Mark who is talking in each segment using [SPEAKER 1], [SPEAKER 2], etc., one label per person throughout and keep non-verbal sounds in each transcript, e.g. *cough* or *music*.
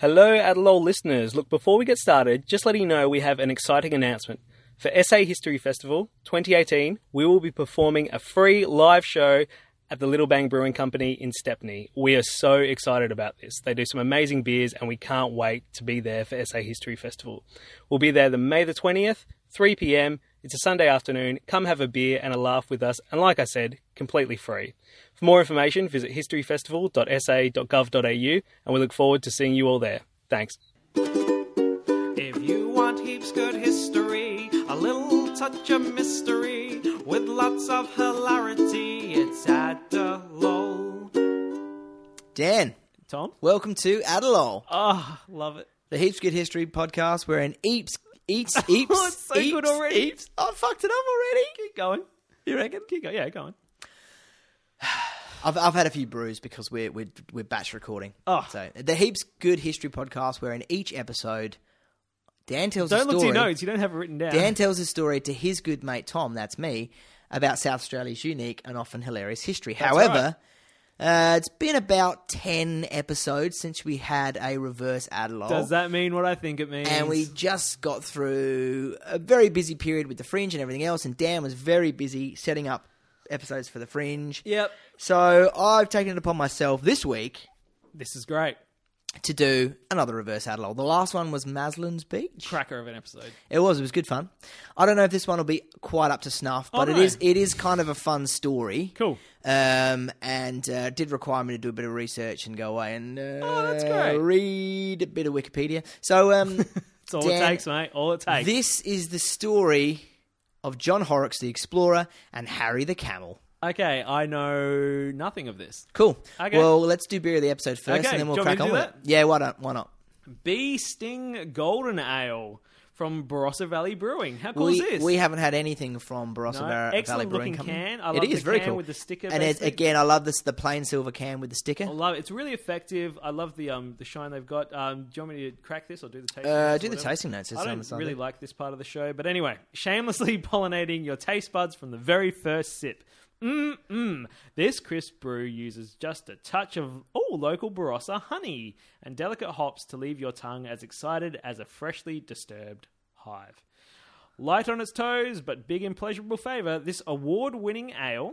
[SPEAKER 1] Hello, Adelol listeners. Look, before we get started, just letting you know we have an exciting announcement. For SA History Festival 2018, we will be performing a free live show at the Little Bang Brewing Company in Stepney. We are so excited about this. They do some amazing beers, and we can't wait to be there for SA History Festival. We'll be there the May the 20th, 3 p.m. It's a Sunday afternoon. Come have a beer and a laugh with us, and like I said, completely free. For more information, visit historyfestival.sa.gov.au, and we look forward to seeing you all there. Thanks.
[SPEAKER 2] If you want heaps good history, a little touch of mystery, with lots of hilarity, it's Adelol.
[SPEAKER 3] Dan,
[SPEAKER 1] Tom?
[SPEAKER 3] welcome to Adelol,
[SPEAKER 1] Oh, love
[SPEAKER 2] *laughs*
[SPEAKER 1] it.
[SPEAKER 3] the Heaps Good History podcast. We're in Eeps,
[SPEAKER 1] *laughs*
[SPEAKER 3] Eeps, Eeps.
[SPEAKER 1] Oh, it's so
[SPEAKER 3] Eeps,
[SPEAKER 1] good already.
[SPEAKER 3] Eeps. I fucked it up already.
[SPEAKER 1] Keep going. You reckon? Keep going. Yeah, go on.
[SPEAKER 3] I've, I've had a few brews because we're, we're, we're batch recording.
[SPEAKER 1] Oh.
[SPEAKER 3] So, the Heaps Good History podcast, where in each episode, Dan tells a
[SPEAKER 1] Don't
[SPEAKER 3] story.
[SPEAKER 1] look to your notes. You don't have it written down.
[SPEAKER 3] Dan tells his story to his good mate Tom, that's me, about South Australia's unique and often hilarious history. However, uh, it's been about 10 episodes since we had a reverse Adelol.
[SPEAKER 1] Does that mean what I think it means?
[SPEAKER 3] and we just got through a very busy period with the Fringe and everything else, and Dan was very busy setting up episodes for the Fringe.
[SPEAKER 1] Yep.
[SPEAKER 3] So I've taken it upon myself this week
[SPEAKER 1] This is great.
[SPEAKER 3] to do another reverse Adelol. The last one was Maslin's Beach.
[SPEAKER 1] Cracker of an episode.
[SPEAKER 3] It was. It was good fun. I don't know if this one will be quite up to snuff, but
[SPEAKER 1] Oh, no.
[SPEAKER 3] it is. It is kind of a fun story.
[SPEAKER 1] Cool.
[SPEAKER 3] Um, and uh, it did require me to do a bit of research and go away and uh,
[SPEAKER 1] Oh, that's great.
[SPEAKER 3] read a bit of Wikipedia. So
[SPEAKER 1] *laughs*
[SPEAKER 3] um,
[SPEAKER 1] It's all it
[SPEAKER 3] Dan,
[SPEAKER 1] takes, mate. All it takes.
[SPEAKER 3] this is the story of John Horrocks the Explorer and Harry the Camel.
[SPEAKER 1] Okay, I know nothing of this.
[SPEAKER 3] Cool.
[SPEAKER 1] Okay.
[SPEAKER 3] Well, let's do beer of the episode first,
[SPEAKER 1] Okay,
[SPEAKER 3] and then we'll
[SPEAKER 1] do you want
[SPEAKER 3] crack
[SPEAKER 1] me
[SPEAKER 3] on
[SPEAKER 1] to
[SPEAKER 3] with
[SPEAKER 1] do
[SPEAKER 3] it. Yeah, why not? Why not?
[SPEAKER 1] Bee Sting Golden Ale from Barossa Valley Brewing. How cool
[SPEAKER 3] we,
[SPEAKER 1] is this?
[SPEAKER 3] we haven't had anything from Barossa
[SPEAKER 1] No.
[SPEAKER 3] Bar- Valley
[SPEAKER 1] Excellent
[SPEAKER 3] Brewing
[SPEAKER 1] looking
[SPEAKER 3] Company.
[SPEAKER 1] can. I love
[SPEAKER 3] it is
[SPEAKER 1] the
[SPEAKER 3] very
[SPEAKER 1] can
[SPEAKER 3] cool
[SPEAKER 1] with the sticker
[SPEAKER 3] And it,
[SPEAKER 1] basically.
[SPEAKER 3] again, I love this the plain silver can with the sticker.
[SPEAKER 1] I love it. It's really effective. I love the um the shine they've got. Um, do you want me to crack this or do the tasting?
[SPEAKER 3] Uh,
[SPEAKER 1] notes
[SPEAKER 3] do
[SPEAKER 1] or
[SPEAKER 3] the
[SPEAKER 1] whatever?
[SPEAKER 3] tasting notes. it's
[SPEAKER 1] I
[SPEAKER 3] on
[SPEAKER 1] don't
[SPEAKER 3] the side
[SPEAKER 1] really
[SPEAKER 3] there.
[SPEAKER 1] like this part of the show, but anyway, *laughs* shamelessly pollinating your taste buds from the very first sip. Mmm, mmm. This crisp brew uses just a touch of all local Barossa honey and delicate hops to leave your tongue as excited as a freshly disturbed hive. Light on its toes, but big in pleasurable favour, this award winning ale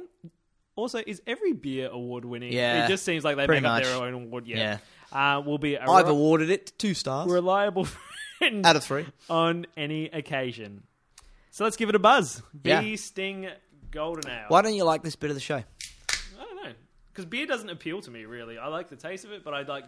[SPEAKER 1] also is every beer award winning.
[SPEAKER 3] Yeah,
[SPEAKER 1] It just seems like they make
[SPEAKER 3] pretty
[SPEAKER 1] up their
[SPEAKER 3] much.
[SPEAKER 1] own award. Yeah. Uh, will be a
[SPEAKER 3] I've
[SPEAKER 1] re-
[SPEAKER 3] awarded it two stars
[SPEAKER 1] reliable *laughs* friend
[SPEAKER 3] out of three.
[SPEAKER 1] on any occasion. So let's give it a buzz. Bee
[SPEAKER 3] Yeah.
[SPEAKER 1] Sting Golden Ale.
[SPEAKER 3] Why don't you like this bit of the show?
[SPEAKER 1] I don't know. Because beer doesn't appeal to me, really. I like the taste of it, but I like.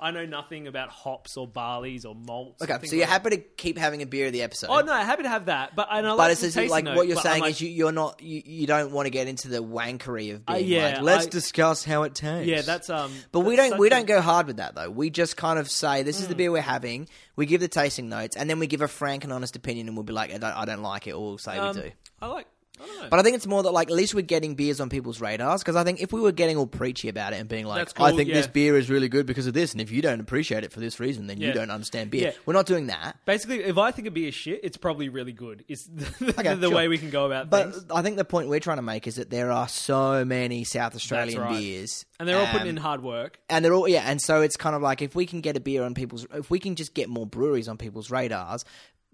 [SPEAKER 1] I know nothing about hops or barleys or malts. and
[SPEAKER 3] Okay,
[SPEAKER 1] things
[SPEAKER 3] so you're
[SPEAKER 1] like
[SPEAKER 3] happy to keep having a beer of the episode.
[SPEAKER 1] that. Oh, no, happy to have that. But, and I
[SPEAKER 3] But
[SPEAKER 1] like
[SPEAKER 3] it's
[SPEAKER 1] the
[SPEAKER 3] as if,
[SPEAKER 1] tasting
[SPEAKER 3] like
[SPEAKER 1] note,
[SPEAKER 3] what you're
[SPEAKER 1] but I'm
[SPEAKER 3] saying
[SPEAKER 1] like-
[SPEAKER 3] is you, you're not you, you don't want to get into the wankery of
[SPEAKER 1] Uh,
[SPEAKER 3] being
[SPEAKER 1] yeah,
[SPEAKER 3] like let's
[SPEAKER 1] I-
[SPEAKER 3] discuss how it tastes.
[SPEAKER 1] Yeah, that's. um.
[SPEAKER 3] But we
[SPEAKER 1] that's
[SPEAKER 3] don't we
[SPEAKER 1] such a- Mm.
[SPEAKER 3] don't go hard with that though. We just kind of say this is the beer we're having. We give the tasting notes, and then we give a frank and honest opinion, and we'll be like, I don't, I don't like it, or we'll say
[SPEAKER 1] um,
[SPEAKER 3] we do.
[SPEAKER 1] I like. I don't know.
[SPEAKER 3] But I think it's more that like at least we're getting beers on people's radars because I think if we were getting all preachy about it and being
[SPEAKER 1] That's
[SPEAKER 3] like,
[SPEAKER 1] cool,
[SPEAKER 3] I think this
[SPEAKER 1] yeah.
[SPEAKER 3] beer is really good because of this, and if you don't appreciate it for this reason, then
[SPEAKER 1] Yeah.
[SPEAKER 3] you don't understand beer.
[SPEAKER 1] Yeah.
[SPEAKER 3] We're not doing that.
[SPEAKER 1] Basically, if I think a beer is shit, it's probably really good. It's *laughs* the,
[SPEAKER 3] Okay,
[SPEAKER 1] the
[SPEAKER 3] sure.
[SPEAKER 1] way we can go about
[SPEAKER 3] But
[SPEAKER 1] things.
[SPEAKER 3] I think the point we're trying to make is that there are so many South Australian
[SPEAKER 1] right.
[SPEAKER 3] beers,
[SPEAKER 1] And they're all
[SPEAKER 3] um,
[SPEAKER 1] putting in hard work.
[SPEAKER 3] and they're all yeah and so it's kind of like if we can get a beer on people's if we can just get more breweries on people's radars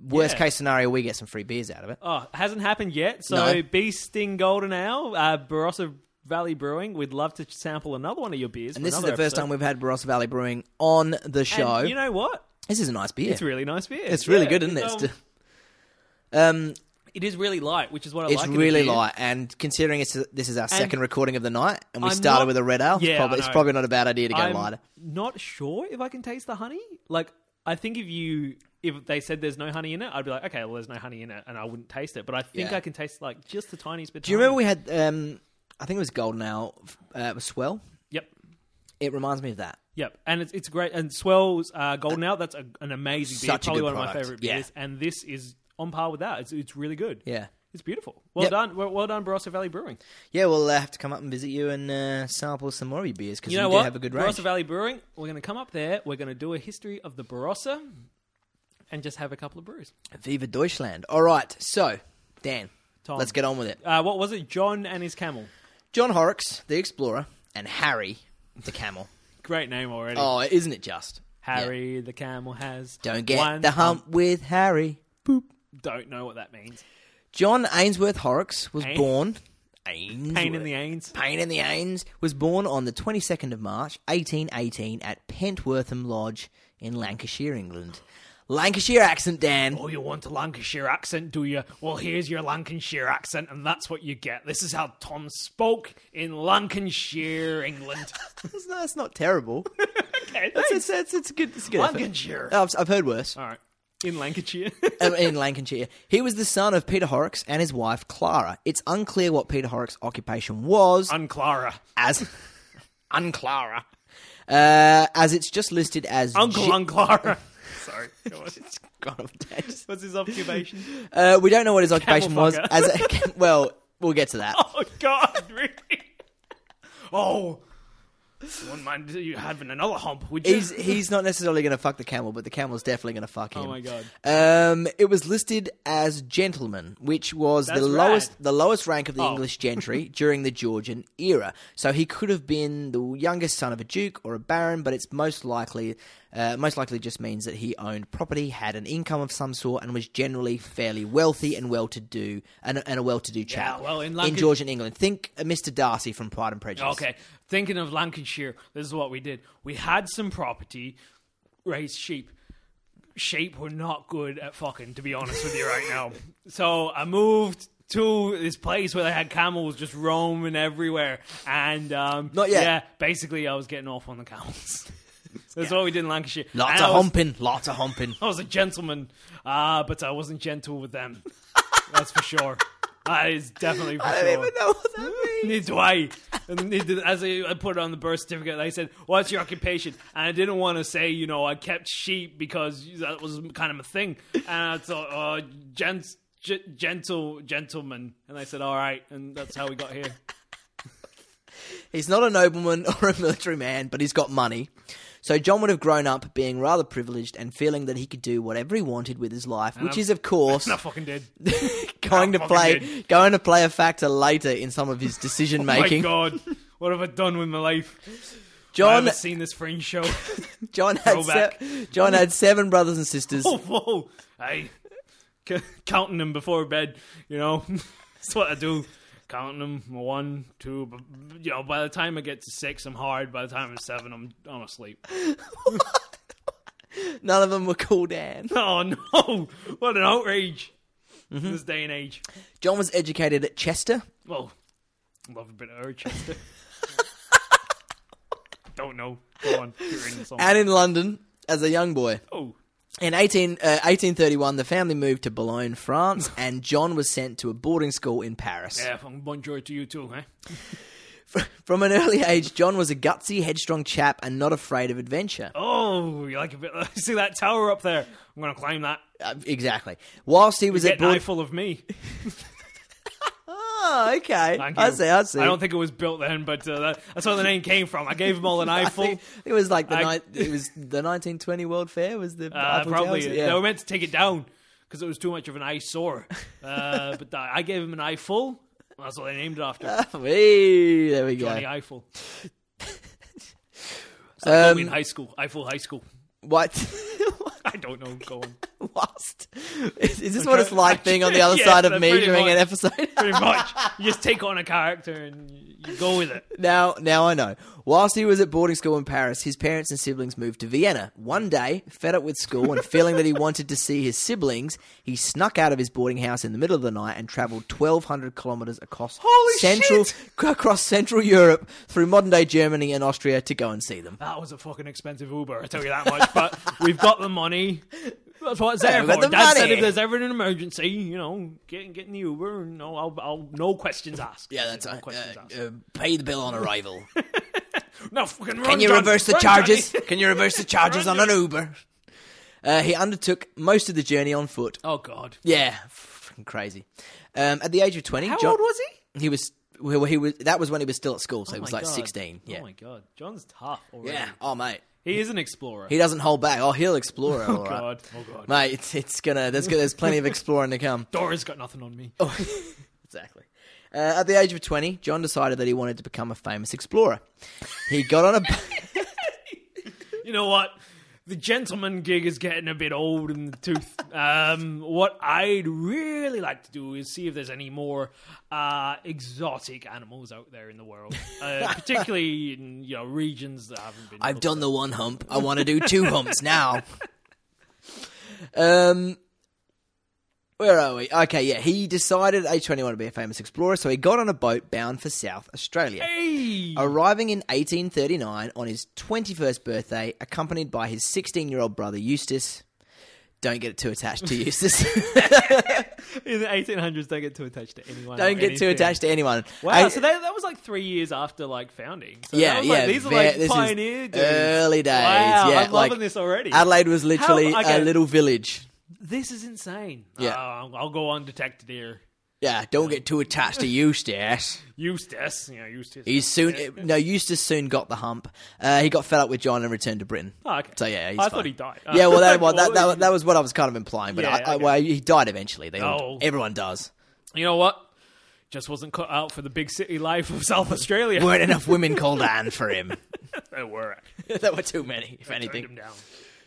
[SPEAKER 3] worst
[SPEAKER 1] Yeah.
[SPEAKER 3] case scenario we get some free beers out of it
[SPEAKER 1] Oh, hasn't happened yet. So
[SPEAKER 3] No.
[SPEAKER 1] Bee Sting Golden Ale, uh, Barossa Valley Brewing. We'd love to sample another one of your beers.
[SPEAKER 3] and this is the first time we've had barossa valley brewing on the show
[SPEAKER 1] you know what?
[SPEAKER 3] this is a nice beer
[SPEAKER 1] It's really nice beer.
[SPEAKER 3] It's really
[SPEAKER 1] Yeah,
[SPEAKER 3] good isn't it
[SPEAKER 1] it's,
[SPEAKER 3] It's-
[SPEAKER 1] um,
[SPEAKER 3] um
[SPEAKER 1] it is really light, which is what I
[SPEAKER 3] it's
[SPEAKER 1] like. in a
[SPEAKER 3] really
[SPEAKER 1] beer.
[SPEAKER 3] light and considering it's this is our second recording of the night and we
[SPEAKER 1] I'm
[SPEAKER 3] started
[SPEAKER 1] not-
[SPEAKER 3] with a red ale
[SPEAKER 1] Yeah,
[SPEAKER 3] it's,
[SPEAKER 1] I
[SPEAKER 3] probably, it's
[SPEAKER 1] know.
[SPEAKER 3] probably not a bad idea to go
[SPEAKER 1] I'm
[SPEAKER 3] lighter
[SPEAKER 1] not sure if I can taste the honey. Like, I think if you if they said there's no honey in it, I'd be like, okay, well, there's no honey in it, and I wouldn't taste it. But I think
[SPEAKER 3] Yeah.
[SPEAKER 1] I can taste like just the tiniest bit.
[SPEAKER 3] do you remember we had um i think it was golden ale uh, it was swell
[SPEAKER 1] Yep.
[SPEAKER 3] it reminds me of that
[SPEAKER 1] Yep, and it's it's great. And Swell's uh, Golden Ale, that's a, an amazing beer,
[SPEAKER 3] Such a
[SPEAKER 1] probably
[SPEAKER 3] good
[SPEAKER 1] one of my
[SPEAKER 3] product.
[SPEAKER 1] favorite
[SPEAKER 3] Yeah.
[SPEAKER 1] beers. And this is on par with that. It's it's really good.
[SPEAKER 3] yeah
[SPEAKER 1] it's beautiful. Well
[SPEAKER 3] Yep.
[SPEAKER 1] done, well, well done, Barossa Valley Brewing.
[SPEAKER 3] Yeah, we'll uh, have to come up and visit you and uh, sample some more of your beers because
[SPEAKER 1] You
[SPEAKER 3] you,
[SPEAKER 1] know
[SPEAKER 3] do
[SPEAKER 1] what?
[SPEAKER 3] have a good range.
[SPEAKER 1] Barossa Valley Brewing. We're going to come up there. We're going to do a history of the Barossa, and just have a couple of brews.
[SPEAKER 3] Viva Deutschland. All right, so, Dan,
[SPEAKER 1] Tom.
[SPEAKER 3] let's get on with it.
[SPEAKER 1] Uh, what was it? John and his camel.
[SPEAKER 3] John Horrocks, the explorer, and Harry, the camel.
[SPEAKER 1] Great name already.
[SPEAKER 3] oh, isn't it just?
[SPEAKER 2] Harry the camel has.
[SPEAKER 3] Oh, Don't get
[SPEAKER 2] one
[SPEAKER 3] the hump with Harry.
[SPEAKER 2] Don't know what that means.
[SPEAKER 3] John Ainsworth Horrocks was
[SPEAKER 2] Ain-
[SPEAKER 3] born.
[SPEAKER 2] Pain in
[SPEAKER 3] Ainsworth.
[SPEAKER 2] the ains.
[SPEAKER 3] Pain in the Ains was born on the 22nd of March 1818 at Pentwortham Lodge in Lancashire, England. Lancashire accent, Dan. *laughs*
[SPEAKER 1] Oh, you want a Lancashire accent, do you? Well, here's your Lancashire accent, and that's what you get. This is how Tom spoke in Lancashire, England.
[SPEAKER 3] That's not, that's
[SPEAKER 1] *laughs*
[SPEAKER 3] not terrible.
[SPEAKER 1] okay,
[SPEAKER 3] That's,
[SPEAKER 1] thanks.
[SPEAKER 3] it's, it's, it's a good. It's a good effort.
[SPEAKER 1] Lancashire.
[SPEAKER 3] Oh, I've, I've heard worse.
[SPEAKER 2] All right. In Lancashire.
[SPEAKER 3] Um, in Lancashire. He was the son of Peter Horrocks and his wife Clara. It's unclear what Peter Horrocks' occupation was
[SPEAKER 1] Unclara.
[SPEAKER 3] as unclara. Uh, as it's just listed as
[SPEAKER 1] Uncle
[SPEAKER 3] G-
[SPEAKER 1] Unclara. Sorry. go on. *laughs*
[SPEAKER 3] God of days.
[SPEAKER 1] What's his occupation?
[SPEAKER 3] Uh, we don't know what his occupation was.
[SPEAKER 1] fucker.
[SPEAKER 3] As a, *laughs* well, we'll get to that.
[SPEAKER 1] *laughs* Oh God, really? Oh, wouldn't mind you having another hump, would you?
[SPEAKER 3] He's he's not necessarily going to fuck the camel, but the camel's definitely going to fuck him.
[SPEAKER 2] Oh my god.
[SPEAKER 3] Um, it was listed as gentleman, which was
[SPEAKER 2] That's
[SPEAKER 3] the
[SPEAKER 2] rad.
[SPEAKER 3] lowest the lowest rank of the
[SPEAKER 2] Oh.
[SPEAKER 3] English gentry during the Georgian era. So he could have been the youngest son of a duke or a baron, but it's most likely uh, most likely just means that he owned property, had an income of some sort, and was generally fairly wealthy and well to do and, and a well to do chap.
[SPEAKER 1] well, in
[SPEAKER 3] in
[SPEAKER 1] Lanca-
[SPEAKER 3] Georgian England, think uh, Mr. Darcy from Pride and Prejudice.
[SPEAKER 1] Okay, thinking of Lancashire, this is what we did. We had some property, raised sheep. Sheep were not good at fucking, to be honest with you right
[SPEAKER 3] *laughs*
[SPEAKER 1] now. So I moved to this place where they had camels just roaming everywhere, and um,
[SPEAKER 3] Not yet.
[SPEAKER 1] Yeah, basically, I was getting off on the
[SPEAKER 3] *laughs*
[SPEAKER 1] camels. That's what we did in Lancashire.
[SPEAKER 3] Lots
[SPEAKER 1] And
[SPEAKER 3] of
[SPEAKER 1] I was-
[SPEAKER 3] humping, lots of humping.
[SPEAKER 1] I was a gentleman, uh, but I wasn't gentle with
[SPEAKER 3] *laughs*
[SPEAKER 1] them. That's for sure. That is definitely for
[SPEAKER 3] I
[SPEAKER 1] sure.
[SPEAKER 3] don't even know what *laughs* that means.
[SPEAKER 1] Neither do I. And neither- As I I put it on the birth certificate, they said, "What's your occupation?" And I didn't want to say, you know, I kept sheep because that was kind of a thing. And I thought, "Oh, gents, g- gentle gentleman," and they said, "All right," and that's how we got here.
[SPEAKER 3] He's not a nobleman *laughs* or a military man, but he's got money. So John would have grown up being rather privileged and feeling that he could do whatever he wanted with his life, which
[SPEAKER 1] Um, *laughs* I'm-
[SPEAKER 3] is of course
[SPEAKER 1] And I fucking did.
[SPEAKER 3] going to
[SPEAKER 1] fucking
[SPEAKER 3] play
[SPEAKER 1] did.
[SPEAKER 3] going to play a factor later in some of his
[SPEAKER 1] *laughs*
[SPEAKER 3] decision making.
[SPEAKER 1] Oh My God, what have I done with my life? I
[SPEAKER 3] John
[SPEAKER 1] haven't seen this fringe show.
[SPEAKER 3] John had
[SPEAKER 1] Throwback.
[SPEAKER 3] se- John had seven brothers and sisters.
[SPEAKER 1] oh, *laughs* whoa. Hey, C- counting them before bed, you know. *laughs* That's what I do. Counting them one, two. b- You know, by the time I get to six, I'm hard. By the time I'm seven, I'm I'm asleep. *laughs*
[SPEAKER 3] None of them were called Anne.
[SPEAKER 1] Oh no! What an outrage! In this day and age.
[SPEAKER 3] John was educated at Chester.
[SPEAKER 1] Well, love a bit of Urchester. *laughs* Don't know. Go on. Keep reading the song.
[SPEAKER 3] and in London as a young boy.
[SPEAKER 1] oh,
[SPEAKER 3] In 18, uh, 1831, the family moved to Boulogne, France, and John was sent to a boarding school in Paris.
[SPEAKER 1] yeah. fucking Bonjour to you too, eh?
[SPEAKER 3] From an *laughs* early age, John was a gutsy, headstrong chap and not afraid of adventure.
[SPEAKER 1] Oh, you like a bit? *laughs* See that tower up there? I'm gonna climb that.
[SPEAKER 3] Uh, exactly. Whilst he was
[SPEAKER 1] Get
[SPEAKER 3] at board-
[SPEAKER 1] full of me.
[SPEAKER 3] oh, okay,
[SPEAKER 1] Thank
[SPEAKER 3] I
[SPEAKER 1] you.
[SPEAKER 3] see, I see.
[SPEAKER 1] I don't think it was built then, but uh, that, that's where the name came from. I gave them all an
[SPEAKER 3] *laughs* *laughs* I
[SPEAKER 1] eyeful.
[SPEAKER 3] think it was like the
[SPEAKER 1] I-
[SPEAKER 3] ni-
[SPEAKER 1] *laughs*
[SPEAKER 3] it was the 1920 World Fair was the
[SPEAKER 1] Uh,
[SPEAKER 3] Eiffel
[SPEAKER 1] probably
[SPEAKER 3] Towers?
[SPEAKER 1] they were meant to take it down because it was too much of an eyesore.
[SPEAKER 3] *laughs*
[SPEAKER 1] Uh, but I I gave him an eyeful. That's what they named it after.
[SPEAKER 3] *laughs* Hey, there we
[SPEAKER 1] Johnny
[SPEAKER 3] go.
[SPEAKER 1] Eyeful.
[SPEAKER 3] Um,
[SPEAKER 1] in high school, Eiffel High School.
[SPEAKER 3] *laughs* what?
[SPEAKER 1] I don't know. Go on.
[SPEAKER 3] Lost. Is, is this what it's like being on the other
[SPEAKER 1] *laughs* Yeah,
[SPEAKER 3] side of
[SPEAKER 1] that's
[SPEAKER 3] me
[SPEAKER 1] pretty
[SPEAKER 3] during an
[SPEAKER 1] much.
[SPEAKER 3] episode?
[SPEAKER 1] Pretty much, you just take on a character and you go with it.
[SPEAKER 3] Now, now I know. Whilst he was at boarding school in Paris, his parents and siblings moved to Vienna. One day, fed up with school and
[SPEAKER 1] *laughs*
[SPEAKER 3] feeling that he wanted to see his siblings, he snuck out of his boarding house in the middle of the night and travelled 1,200 kilometres across
[SPEAKER 1] Holy
[SPEAKER 3] central *laughs* across Central Europe through modern day Germany and Austria to go and see them.
[SPEAKER 1] That was a fucking expensive Uber, I tell you that much. but we've got the money. That's what it's there
[SPEAKER 3] we've got
[SPEAKER 1] for.
[SPEAKER 3] the
[SPEAKER 1] Dad said
[SPEAKER 3] money.
[SPEAKER 1] if there's ever an emergency, you know, get, get in the Uber. and No, I'll, I'll no questions asked.
[SPEAKER 3] Yeah, that's
[SPEAKER 1] no
[SPEAKER 3] uh,
[SPEAKER 1] questions asked.
[SPEAKER 3] uh, pay the bill on *laughs* arrival.
[SPEAKER 1] No fucking. Run,
[SPEAKER 3] Can you
[SPEAKER 1] Johnny,
[SPEAKER 3] reverse the
[SPEAKER 1] run,
[SPEAKER 3] charges?
[SPEAKER 1] Johnny.
[SPEAKER 3] Can you
[SPEAKER 1] *laughs*
[SPEAKER 3] reverse the charges on
[SPEAKER 1] Run,
[SPEAKER 3] an Uber? Uh, he undertook most of the journey on foot.
[SPEAKER 1] Oh God.
[SPEAKER 3] Yeah, fucking crazy. Um, at the age of twenty,
[SPEAKER 1] How
[SPEAKER 3] John-
[SPEAKER 1] old was he?
[SPEAKER 3] He was. Well, he was. That was when he was still at school, so he
[SPEAKER 1] Oh
[SPEAKER 3] was
[SPEAKER 1] my
[SPEAKER 3] like
[SPEAKER 1] God.
[SPEAKER 3] sixteen. Yeah.
[SPEAKER 1] Oh my God, John's tough already.
[SPEAKER 3] yeah. Oh mate,
[SPEAKER 1] He is an explorer.
[SPEAKER 3] he doesn't hold back. Oh, he'll explore. it,
[SPEAKER 1] *laughs*
[SPEAKER 3] all
[SPEAKER 1] oh
[SPEAKER 3] right.
[SPEAKER 1] God. Oh God.
[SPEAKER 3] Mate, it's, it's gonna. There's there's plenty
[SPEAKER 1] *laughs*
[SPEAKER 3] of exploring to come.
[SPEAKER 1] Dora's got nothing on me.
[SPEAKER 3] *laughs* Exactly. Uh, at the age of twenty, John decided that he wanted to
[SPEAKER 1] *laughs*
[SPEAKER 3] become a famous explorer. He got on a.
[SPEAKER 1] You know what? the gentleman gig is getting a bit old in the tooth. Um, what I'd really like to do is see if there's any more uh, exotic animals out there in the world,
[SPEAKER 3] *laughs*
[SPEAKER 1] uh, particularly in you know regions that haven't been.
[SPEAKER 3] I've
[SPEAKER 1] looked
[SPEAKER 3] done the one hump. I want
[SPEAKER 1] *laughs*
[SPEAKER 3] to do two humps now. Um, where are we? Okay, yeah, he decided at age 21 to be a famous explorer, so he got on a boat bound for South Australia.
[SPEAKER 1] at. Hey!
[SPEAKER 3] Arriving in 1839 on his 21st birthday, accompanied by his 16 year old brother Eustace. Don't get too attached
[SPEAKER 1] *laughs*
[SPEAKER 3] to Eustace.
[SPEAKER 1] In the 1800s, don't get too attached to anyone. or
[SPEAKER 3] Don't get too
[SPEAKER 1] anything.
[SPEAKER 3] attached to anyone.
[SPEAKER 1] Wow,
[SPEAKER 3] I-
[SPEAKER 1] so that, that was like three years after like founding. So that
[SPEAKER 3] Yeah,
[SPEAKER 1] was like,
[SPEAKER 3] yeah,
[SPEAKER 1] These are
[SPEAKER 3] ve-
[SPEAKER 1] like
[SPEAKER 3] this is
[SPEAKER 1] pioneer days.
[SPEAKER 3] early days,
[SPEAKER 1] Wow,
[SPEAKER 3] yeah,
[SPEAKER 1] I'm loving
[SPEAKER 3] like,
[SPEAKER 1] this already.
[SPEAKER 3] Adelaide was literally
[SPEAKER 1] How- okay.
[SPEAKER 3] a little village.
[SPEAKER 1] this is insane.
[SPEAKER 3] Yeah.
[SPEAKER 1] Uh, I'll go undetected here.
[SPEAKER 3] Yeah, don't get too attached
[SPEAKER 1] *laughs*
[SPEAKER 3] to Eustace.
[SPEAKER 1] Eustace, you know, Eustace.
[SPEAKER 3] He soon no Eustace soon got the hump. Uh, he got fed up with John and returned to Britain.
[SPEAKER 1] Oh, okay.
[SPEAKER 3] So yeah, he's
[SPEAKER 1] I
[SPEAKER 3] fine.
[SPEAKER 1] thought he died.
[SPEAKER 3] Yeah, well
[SPEAKER 1] *laughs*
[SPEAKER 3] that,
[SPEAKER 1] Well,
[SPEAKER 3] well, that,
[SPEAKER 1] he-
[SPEAKER 3] that, that was what I was kind of implying, but
[SPEAKER 1] Yeah,
[SPEAKER 3] I, I,
[SPEAKER 1] okay.
[SPEAKER 3] well, he died eventually. They
[SPEAKER 1] Oh.
[SPEAKER 3] all, everyone does.
[SPEAKER 1] you know what? Just wasn't cut out for the big city life of
[SPEAKER 3] *laughs*
[SPEAKER 1] South Australia.
[SPEAKER 3] Weren't enough women called Anne for
[SPEAKER 1] *laughs*
[SPEAKER 3] him. *laughs*
[SPEAKER 1] They were.
[SPEAKER 3] there were too many, if
[SPEAKER 1] Turned him
[SPEAKER 3] anything.
[SPEAKER 1] down.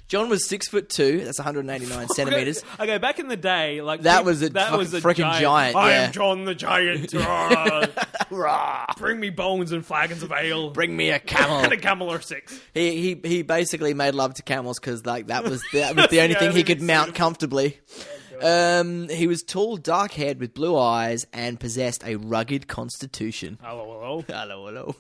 [SPEAKER 3] John was six foot two.
[SPEAKER 1] *laughs*
[SPEAKER 3] That's 189 centimeters.
[SPEAKER 1] Okay, okay, back in the day, like
[SPEAKER 3] That
[SPEAKER 1] peop-
[SPEAKER 3] was a
[SPEAKER 1] that
[SPEAKER 3] fucking
[SPEAKER 1] was a
[SPEAKER 3] frickin' giant,
[SPEAKER 1] I
[SPEAKER 3] yeah.
[SPEAKER 1] am John the
[SPEAKER 3] *laughs*
[SPEAKER 1] Giant. Ah,
[SPEAKER 3] Rah,
[SPEAKER 1] bring me bones and flagons of ale.
[SPEAKER 3] bring me a camel.
[SPEAKER 1] and a camel or six.
[SPEAKER 3] He he he basically made love to camels because like that was that was the
[SPEAKER 1] *laughs*
[SPEAKER 3] only
[SPEAKER 1] Yeah,
[SPEAKER 3] thing he
[SPEAKER 1] that'd
[SPEAKER 3] could
[SPEAKER 1] be
[SPEAKER 3] mount comfortably. Um, he was tall, dark haired, with blue eyes, and possessed a rugged constitution. *laughs*
[SPEAKER 1] Hello, hello.
[SPEAKER 3] Hello, hello.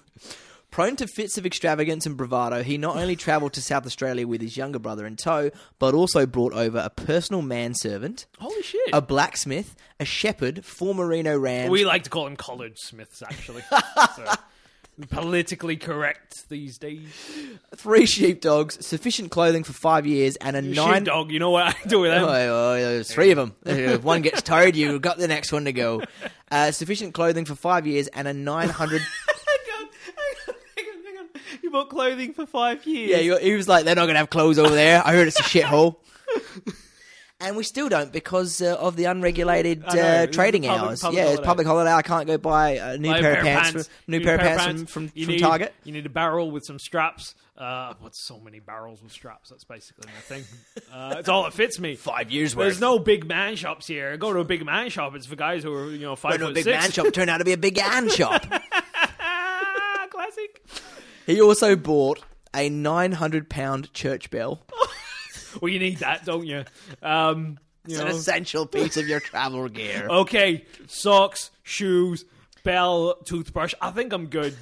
[SPEAKER 3] Prone to fits of extravagance and bravado, he not only travelled to South Australia with his younger brother in tow, but also brought over a personal manservant,
[SPEAKER 1] Holy shit.
[SPEAKER 3] a blacksmith, a shepherd, four merino rams.
[SPEAKER 1] Uh, we like to call them college smiths, actually.
[SPEAKER 3] *laughs*
[SPEAKER 1] so, politically correct these days.
[SPEAKER 3] three sheepdogs, sufficient clothing for five years, and a nine.
[SPEAKER 1] Sheepdog, you know what I do with them?
[SPEAKER 3] Oh, oh, there's three of them. if one gets tired, you've got the next one to go. Uh, sufficient clothing for five years and a 900.
[SPEAKER 1] hang on, hang on, hang on, hang on. You bought clothing for five years.
[SPEAKER 3] *laughs* yeah, you- he was like, they're not going to have clothes over there. I heard it's a shithole. And we still don't because uh, of the unregulated
[SPEAKER 1] know,
[SPEAKER 3] uh,
[SPEAKER 1] it's a
[SPEAKER 3] trading
[SPEAKER 1] public-
[SPEAKER 3] hours.
[SPEAKER 1] public
[SPEAKER 3] yeah, it's
[SPEAKER 1] holiday.
[SPEAKER 3] public holiday. I can't go buy a new
[SPEAKER 1] Buy a
[SPEAKER 3] pair, of pants, from, new, pair of pants, from, from,
[SPEAKER 1] You
[SPEAKER 3] from
[SPEAKER 1] need-
[SPEAKER 3] Target.
[SPEAKER 1] You need a barrel with some straps. Uh, what's so many barrels with straps? That's basically my thing. Uh, it's all that fits me.
[SPEAKER 3] Five years
[SPEAKER 1] There's no big man shops here. Go to a big man shop. It's for guys who are you know five
[SPEAKER 3] Went to a
[SPEAKER 1] foot
[SPEAKER 3] big
[SPEAKER 1] six.
[SPEAKER 3] man shop turned out to be a big *laughs* Ann shop.
[SPEAKER 1] Ah, classic.
[SPEAKER 3] He also bought a 900 pound church bell.
[SPEAKER 1] Well, you need that, don't you? Um, you
[SPEAKER 3] It's an
[SPEAKER 1] know.
[SPEAKER 3] essential piece of your travel gear.
[SPEAKER 1] Okay, socks, shoes, bell, toothbrush. I think I'm good.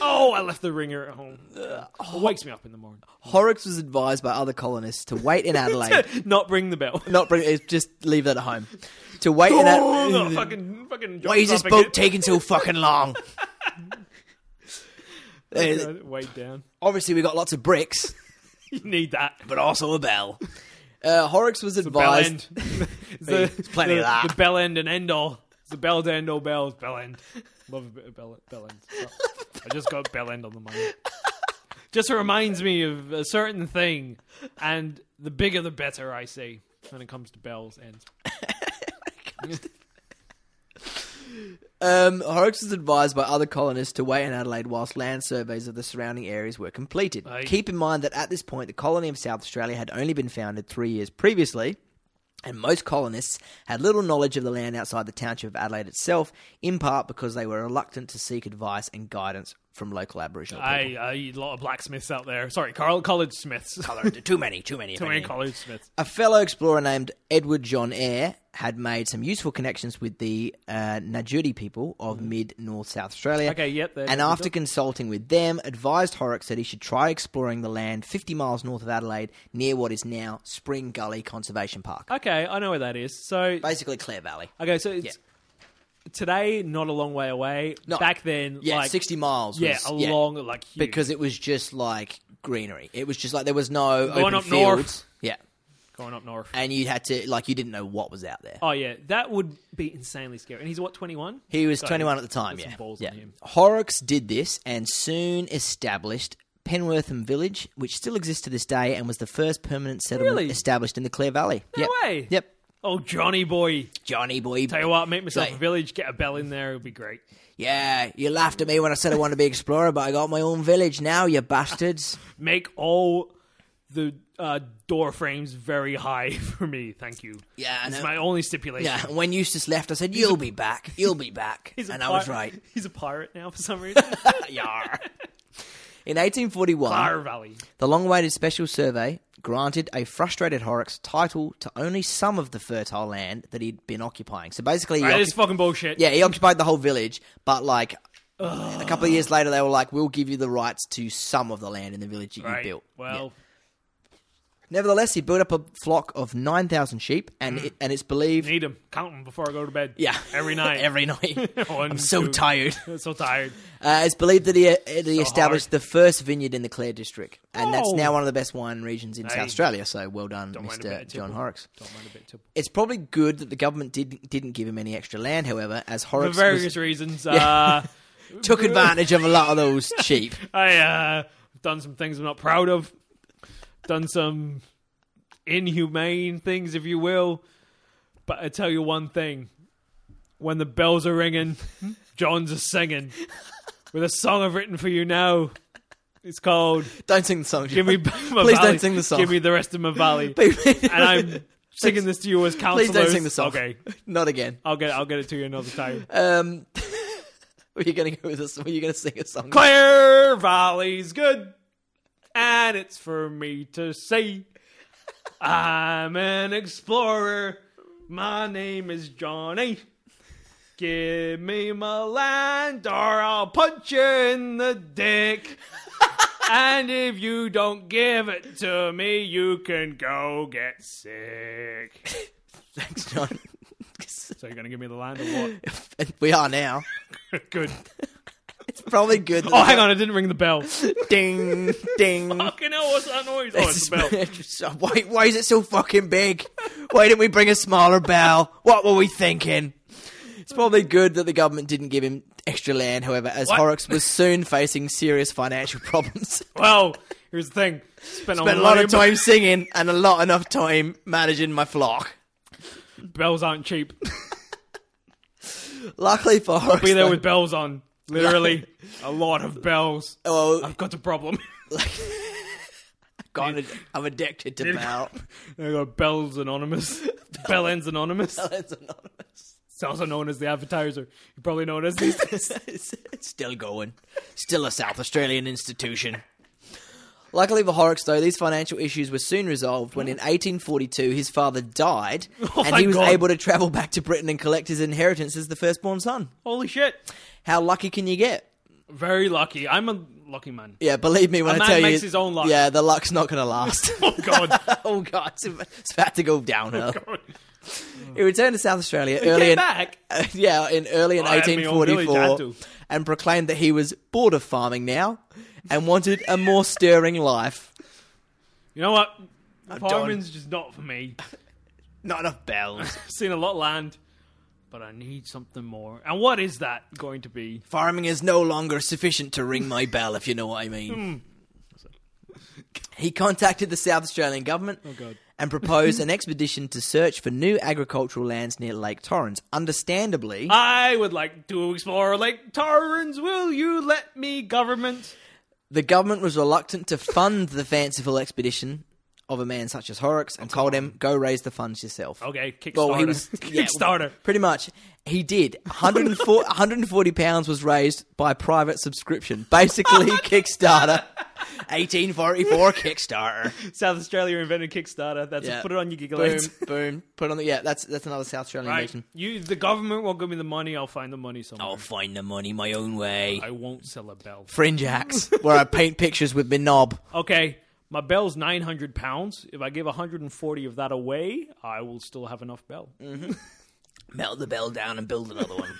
[SPEAKER 1] Oh, I left the ringer at home. It wakes me up in the morning.
[SPEAKER 3] Horrocks was advised by other colonists to wait
[SPEAKER 1] *laughs*
[SPEAKER 3] in Adelaide,
[SPEAKER 1] Not bring the bell.
[SPEAKER 3] not bring it, just leave that at home. To wait
[SPEAKER 1] *laughs*
[SPEAKER 3] in *laughs*
[SPEAKER 1] Oh, no,
[SPEAKER 3] Adelaide.
[SPEAKER 1] fucking, fucking
[SPEAKER 3] Why is this
[SPEAKER 1] dropping
[SPEAKER 3] boat
[SPEAKER 1] it.
[SPEAKER 3] taking so fucking long? Uh,
[SPEAKER 1] Uh, Weighed down. *laughs*
[SPEAKER 3] Obviously, we got lots of bricks,
[SPEAKER 1] You need that.
[SPEAKER 3] but also a bell. Uh, Horrocks was
[SPEAKER 1] Bell
[SPEAKER 3] advised.
[SPEAKER 1] end.
[SPEAKER 3] *laughs*
[SPEAKER 1] It's *laughs* the,
[SPEAKER 3] plenty
[SPEAKER 1] the,
[SPEAKER 3] of that.
[SPEAKER 1] The bell end and end all. It's the bell to end all bells. Bell end. Love a bit of bell, bell
[SPEAKER 3] *laughs*
[SPEAKER 1] end. I just got bell end on the mind. Just reminds me of a certain thing, and the bigger the better. I say when it comes to bells ends.
[SPEAKER 3] Um, Horrocks was advised by other colonists to wait in Adelaide whilst land surveys of the surrounding areas were completed.
[SPEAKER 1] Aye.
[SPEAKER 3] Keep in mind that at this point, the colony of South Australia had only been founded three years previously, and most colonists had little knowledge of the land outside the township of Adelaide itself, in part because they were reluctant to seek advice and guidance from local Aboriginal people.
[SPEAKER 1] I, I a lot of blacksmiths out there. Sorry, Carl, college smiths.
[SPEAKER 3] Colour- too many, too many.
[SPEAKER 1] *laughs*
[SPEAKER 3] if
[SPEAKER 1] Too many
[SPEAKER 3] anything.
[SPEAKER 1] college smiths.
[SPEAKER 3] A fellow explorer named Edward John Eyre had made some useful connections with the uh, Najuri people of mid North South Australia.
[SPEAKER 1] Mm. Okay, yep, they're-
[SPEAKER 3] And after consulting with them, advised Horrocks that he should try exploring the land 50 miles north of Adelaide near what is now Spring Gully Conservation Park.
[SPEAKER 1] Okay, I know where that is. So
[SPEAKER 3] Basically, Clare Valley.
[SPEAKER 1] okay, so it's today, not a long way away.
[SPEAKER 3] No.
[SPEAKER 1] Back then,
[SPEAKER 3] Yeah,
[SPEAKER 1] like
[SPEAKER 3] 60 miles.
[SPEAKER 1] Yeah,
[SPEAKER 3] was-
[SPEAKER 1] a long like huge.
[SPEAKER 3] Because it was just like greenery. It was just like there was no open
[SPEAKER 1] up north.
[SPEAKER 3] fields. Yeah.
[SPEAKER 1] going up north.
[SPEAKER 3] And you had to, like, you didn't know what was out there.
[SPEAKER 1] Oh yeah, that would be insanely scary. And he's what twenty one?
[SPEAKER 3] He was
[SPEAKER 1] So,
[SPEAKER 3] 21 at the time,
[SPEAKER 1] there's
[SPEAKER 3] yeah.
[SPEAKER 1] some balls
[SPEAKER 3] yeah.
[SPEAKER 1] on him.
[SPEAKER 3] Horrocks did this and soon established Penwortham Village, which still exists to this day and was the first permanent settlement
[SPEAKER 1] Really?
[SPEAKER 3] established in the Clare Valley.
[SPEAKER 1] No
[SPEAKER 3] yep.
[SPEAKER 1] way.
[SPEAKER 3] Yep.
[SPEAKER 1] Oh Johnny boy,
[SPEAKER 3] Johnny boy.
[SPEAKER 1] tell you what, make myself
[SPEAKER 3] Right.
[SPEAKER 1] a village, get a bell in there, it'd be great.
[SPEAKER 3] Yeah, you laughed at me when I said I wanted to be explorer, but I got my own village now, you bastards.
[SPEAKER 1] Make all the uh, door frames very high *laughs* for me. Thank you.
[SPEAKER 3] Yeah, I
[SPEAKER 1] it's
[SPEAKER 3] know.
[SPEAKER 1] my only stipulation.
[SPEAKER 3] Yeah, and when Eustace left, I said, "You'll be back. You'll be back,"
[SPEAKER 1] *laughs* He's a
[SPEAKER 3] and I was
[SPEAKER 1] pir-
[SPEAKER 3] right.
[SPEAKER 1] He's a pirate now for some
[SPEAKER 3] *laughs*
[SPEAKER 1] reason.
[SPEAKER 3] Yar. In 1841,
[SPEAKER 1] Fire Valley.
[SPEAKER 3] the long-awaited special survey granted a frustrated Horrocks title to only some of the fertile land that he'd been occupying. So basically, he
[SPEAKER 1] That
[SPEAKER 3] occu-
[SPEAKER 1] is fucking bullshit.
[SPEAKER 3] yeah, he occupied the whole village, but like a couple of years later, they were like, "We'll give you the rights to some of the land in the village that
[SPEAKER 1] Right.
[SPEAKER 3] you built."
[SPEAKER 1] Well,
[SPEAKER 3] Nevertheless, he built up a flock of 9,000 sheep, and it, and it's believed.
[SPEAKER 1] Mm. need them. Count them before I go to bed.
[SPEAKER 3] yeah.
[SPEAKER 1] Every night.
[SPEAKER 3] *laughs* Every
[SPEAKER 1] *laughs*
[SPEAKER 3] night.
[SPEAKER 1] One,
[SPEAKER 3] I'm so
[SPEAKER 1] two.
[SPEAKER 3] tired.
[SPEAKER 1] *laughs* so tired.
[SPEAKER 3] Uh, it's believed that he, uh, that he
[SPEAKER 1] So
[SPEAKER 3] established the first vineyard in the Clare district, and that's
[SPEAKER 1] Oh.
[SPEAKER 3] now one of the best wine regions in
[SPEAKER 1] Hey.
[SPEAKER 3] South Australia. So well done,
[SPEAKER 1] Don't mind a bit
[SPEAKER 3] Mr.
[SPEAKER 1] of
[SPEAKER 3] John
[SPEAKER 1] tipple.
[SPEAKER 3] Horrocks.
[SPEAKER 1] Don't mind a bit. Too.
[SPEAKER 3] It's probably good that the government did, didn't give him any extra land, however, as
[SPEAKER 1] For
[SPEAKER 3] Horrocks was-
[SPEAKER 1] various reasons, uh,
[SPEAKER 3] took advantage of a lot
[SPEAKER 1] *laughs*
[SPEAKER 3] of those sheep.
[SPEAKER 1] I uh, done some things I'm not proud of. Done some inhumane things, if you will. But I tell you one thing: when the bells are ringing,
[SPEAKER 3] Hmm?
[SPEAKER 1] John's a singing with a song I've written for you now. It's called
[SPEAKER 3] Don't sing the song.
[SPEAKER 1] "Give Me Back My
[SPEAKER 3] *laughs* Please don't
[SPEAKER 1] Valley,
[SPEAKER 3] sing the song.
[SPEAKER 1] Give Me the Rest of My
[SPEAKER 3] *laughs*
[SPEAKER 1] Valley," *laughs* and I'm singing this to you as counselors.
[SPEAKER 3] Please don't sing the song.
[SPEAKER 1] Okay,
[SPEAKER 3] Not again.
[SPEAKER 1] I'll get I'll get it to you another time.
[SPEAKER 3] Um, *laughs* were you going to go with this? Were you going to sing a song?
[SPEAKER 1] Clare Valley's good, and it's for me to see. I'm an explorer. My name is Johnny. Give me my land, or I'll punch you in the dick. and if you don't give it to me, you can go get sick.
[SPEAKER 3] Thanks, John. *laughs*
[SPEAKER 1] So you're gonna give me the land or
[SPEAKER 3] we are now.
[SPEAKER 1] what? *laughs* Good.
[SPEAKER 3] It's probably good. that-
[SPEAKER 1] Oh, hang on, I didn't ring the bell.
[SPEAKER 3] Ding,
[SPEAKER 1] *laughs*
[SPEAKER 3] ding.
[SPEAKER 1] Fucking hell, what's that noise? Oh, *laughs* it's the
[SPEAKER 3] *laughs*
[SPEAKER 1] bell.
[SPEAKER 3] So why, why is it so fucking big? Why didn't we bring a smaller bell? What were we thinking? It's probably good that the government didn't give him extra land, however, as
[SPEAKER 1] What?
[SPEAKER 3] Horrocks was soon facing serious financial
[SPEAKER 1] *laughs*
[SPEAKER 3] problems.
[SPEAKER 1] Well, here's the thing. Spent,
[SPEAKER 3] Spent a lot of time singing and a lot enough time managing my flock.
[SPEAKER 1] Bells aren't cheap.
[SPEAKER 3] Luckily for Horrocks,
[SPEAKER 1] Be there
[SPEAKER 3] though-
[SPEAKER 1] with bells on. Literally, a lot of bells.
[SPEAKER 3] oh,
[SPEAKER 1] I've got a problem. *laughs*
[SPEAKER 3] God, I'm
[SPEAKER 1] *laughs*
[SPEAKER 3] addicted to bell. *laughs*
[SPEAKER 1] There you go, Bells Anonymous. Bell Ends Anonymous.
[SPEAKER 3] It's anonymous.
[SPEAKER 1] It's also known as the advertiser. You probably know it as
[SPEAKER 3] *laughs*
[SPEAKER 1] these.
[SPEAKER 3] it's,
[SPEAKER 1] *laughs*
[SPEAKER 3] it's still going. Still a South Australian institution. Luckily for Horrocks, though, these financial issues were soon resolved when in 1842 his father died
[SPEAKER 1] *laughs* Oh
[SPEAKER 3] and
[SPEAKER 1] my
[SPEAKER 3] he was
[SPEAKER 1] God.
[SPEAKER 3] able to travel back to Britain and collect his inheritance as the firstborn son.
[SPEAKER 1] Holy shit.
[SPEAKER 3] How lucky can you get?
[SPEAKER 1] Very lucky. I'm a lucky man.
[SPEAKER 3] Yeah, believe me when
[SPEAKER 1] A
[SPEAKER 3] I
[SPEAKER 1] man
[SPEAKER 3] tell you.
[SPEAKER 1] makes his own luck.
[SPEAKER 3] Yeah, the luck's not going
[SPEAKER 1] *laughs*
[SPEAKER 3] to last. *laughs*
[SPEAKER 1] Oh, God.
[SPEAKER 3] oh, God. It's about it's about to go
[SPEAKER 1] Oh,
[SPEAKER 3] downhill. he returned to South Australia early
[SPEAKER 1] Get
[SPEAKER 3] in,
[SPEAKER 1] back.
[SPEAKER 3] uh, *laughs* yeah, in early in
[SPEAKER 1] I had me own village, I had
[SPEAKER 3] 1844,
[SPEAKER 1] to.
[SPEAKER 3] and proclaimed that he was bored of farming now and wanted a more stirring life.
[SPEAKER 1] You know what?
[SPEAKER 3] done.
[SPEAKER 1] Farming's just not for me.
[SPEAKER 3] Not enough bells.
[SPEAKER 1] I've seen a lot of land, but I need something more. And what is that going to be?
[SPEAKER 3] farming is no longer sufficient to ring my bell, if you know what I mean.
[SPEAKER 1] Hmm.
[SPEAKER 3] He contacted the South Australian government
[SPEAKER 1] Oh, God.
[SPEAKER 3] and proposed an expedition to search for new agricultural lands near Lake Torrens. Understandably,
[SPEAKER 1] I would like to explore Lake Torrens. Will you let me, government?
[SPEAKER 3] the government was reluctant to fund the fanciful expedition of a man such as Horrocks and told him, go raise the funds yourself.
[SPEAKER 1] Okay, Kickstarter.
[SPEAKER 3] Well, he was yeah,
[SPEAKER 1] *laughs* Kickstarter.
[SPEAKER 3] *laughs* Pretty much, he did. 140, *laughs* 140 pounds was raised by private subscription. *laughs* Basically, Kickstarter. 1844 Kickstarter.
[SPEAKER 1] South Australia invented Kickstarter. That's
[SPEAKER 3] Yeah.
[SPEAKER 1] put it on your giggle
[SPEAKER 3] *laughs* Boom,
[SPEAKER 1] ads.
[SPEAKER 3] boom. Put on the yeah. That's that's another South Australian
[SPEAKER 1] Right,
[SPEAKER 3] version.
[SPEAKER 1] you. The government won't give me the money. I'll find the money somewhere.
[SPEAKER 3] I'll find the money my own way.
[SPEAKER 1] I won't sell a bell.
[SPEAKER 3] Fringe acts where I paint pictures with my knob.
[SPEAKER 1] Okay, my bell's nine hundred pounds. If I give hundred and forty of that away, I will still have enough bell.
[SPEAKER 3] Mm. Melt the bell down and build another one.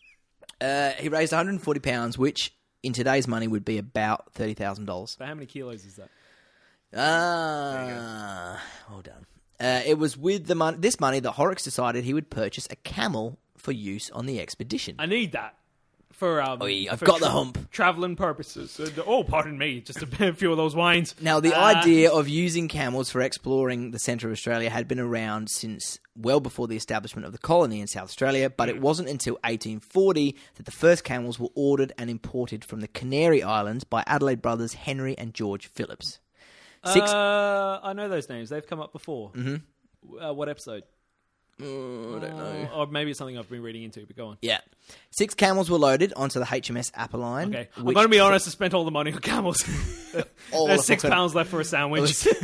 [SPEAKER 3] *laughs* uh, he raised 140 pounds, which in today's money would be about thirty thousand dollars.
[SPEAKER 1] But how many kilos is that?
[SPEAKER 3] Ah, well done. Uh, it was with the mon- this money that Horrocks decided he would purchase a camel for use on the expedition.
[SPEAKER 1] I need that for um.
[SPEAKER 3] Oi, I've
[SPEAKER 1] for
[SPEAKER 3] got the hump.
[SPEAKER 1] Traveling purposes. Uh, Oh, pardon me. Just a *laughs* few of those wines.
[SPEAKER 3] now, the
[SPEAKER 1] Uh,
[SPEAKER 3] idea of using camels for exploring the centre of Australia had been around since well before the establishment of the colony in South Australia, but
[SPEAKER 1] Hmm.
[SPEAKER 3] it wasn't until 1840 that the first camels were ordered and imported from the Canary Islands by Adelaide brothers Henry and George Phillips. Six.
[SPEAKER 1] Uh, I know those names. They've come up before. Mm-hmm. Uh, what episode?
[SPEAKER 3] Uh,
[SPEAKER 1] Uh,
[SPEAKER 3] I don't know.
[SPEAKER 1] Or maybe it's something I've been reading into. But go on.
[SPEAKER 3] Yeah. Six camels were loaded onto the HMS Apolline.
[SPEAKER 1] Okay, I'm
[SPEAKER 3] which-
[SPEAKER 1] going to be honest. I spent all the money on camels.
[SPEAKER 3] *laughs*
[SPEAKER 1] *laughs*
[SPEAKER 3] All
[SPEAKER 1] There's
[SPEAKER 3] of
[SPEAKER 1] six
[SPEAKER 3] them. Oh,
[SPEAKER 1] pounds left for a sandwich.
[SPEAKER 3] *laughs*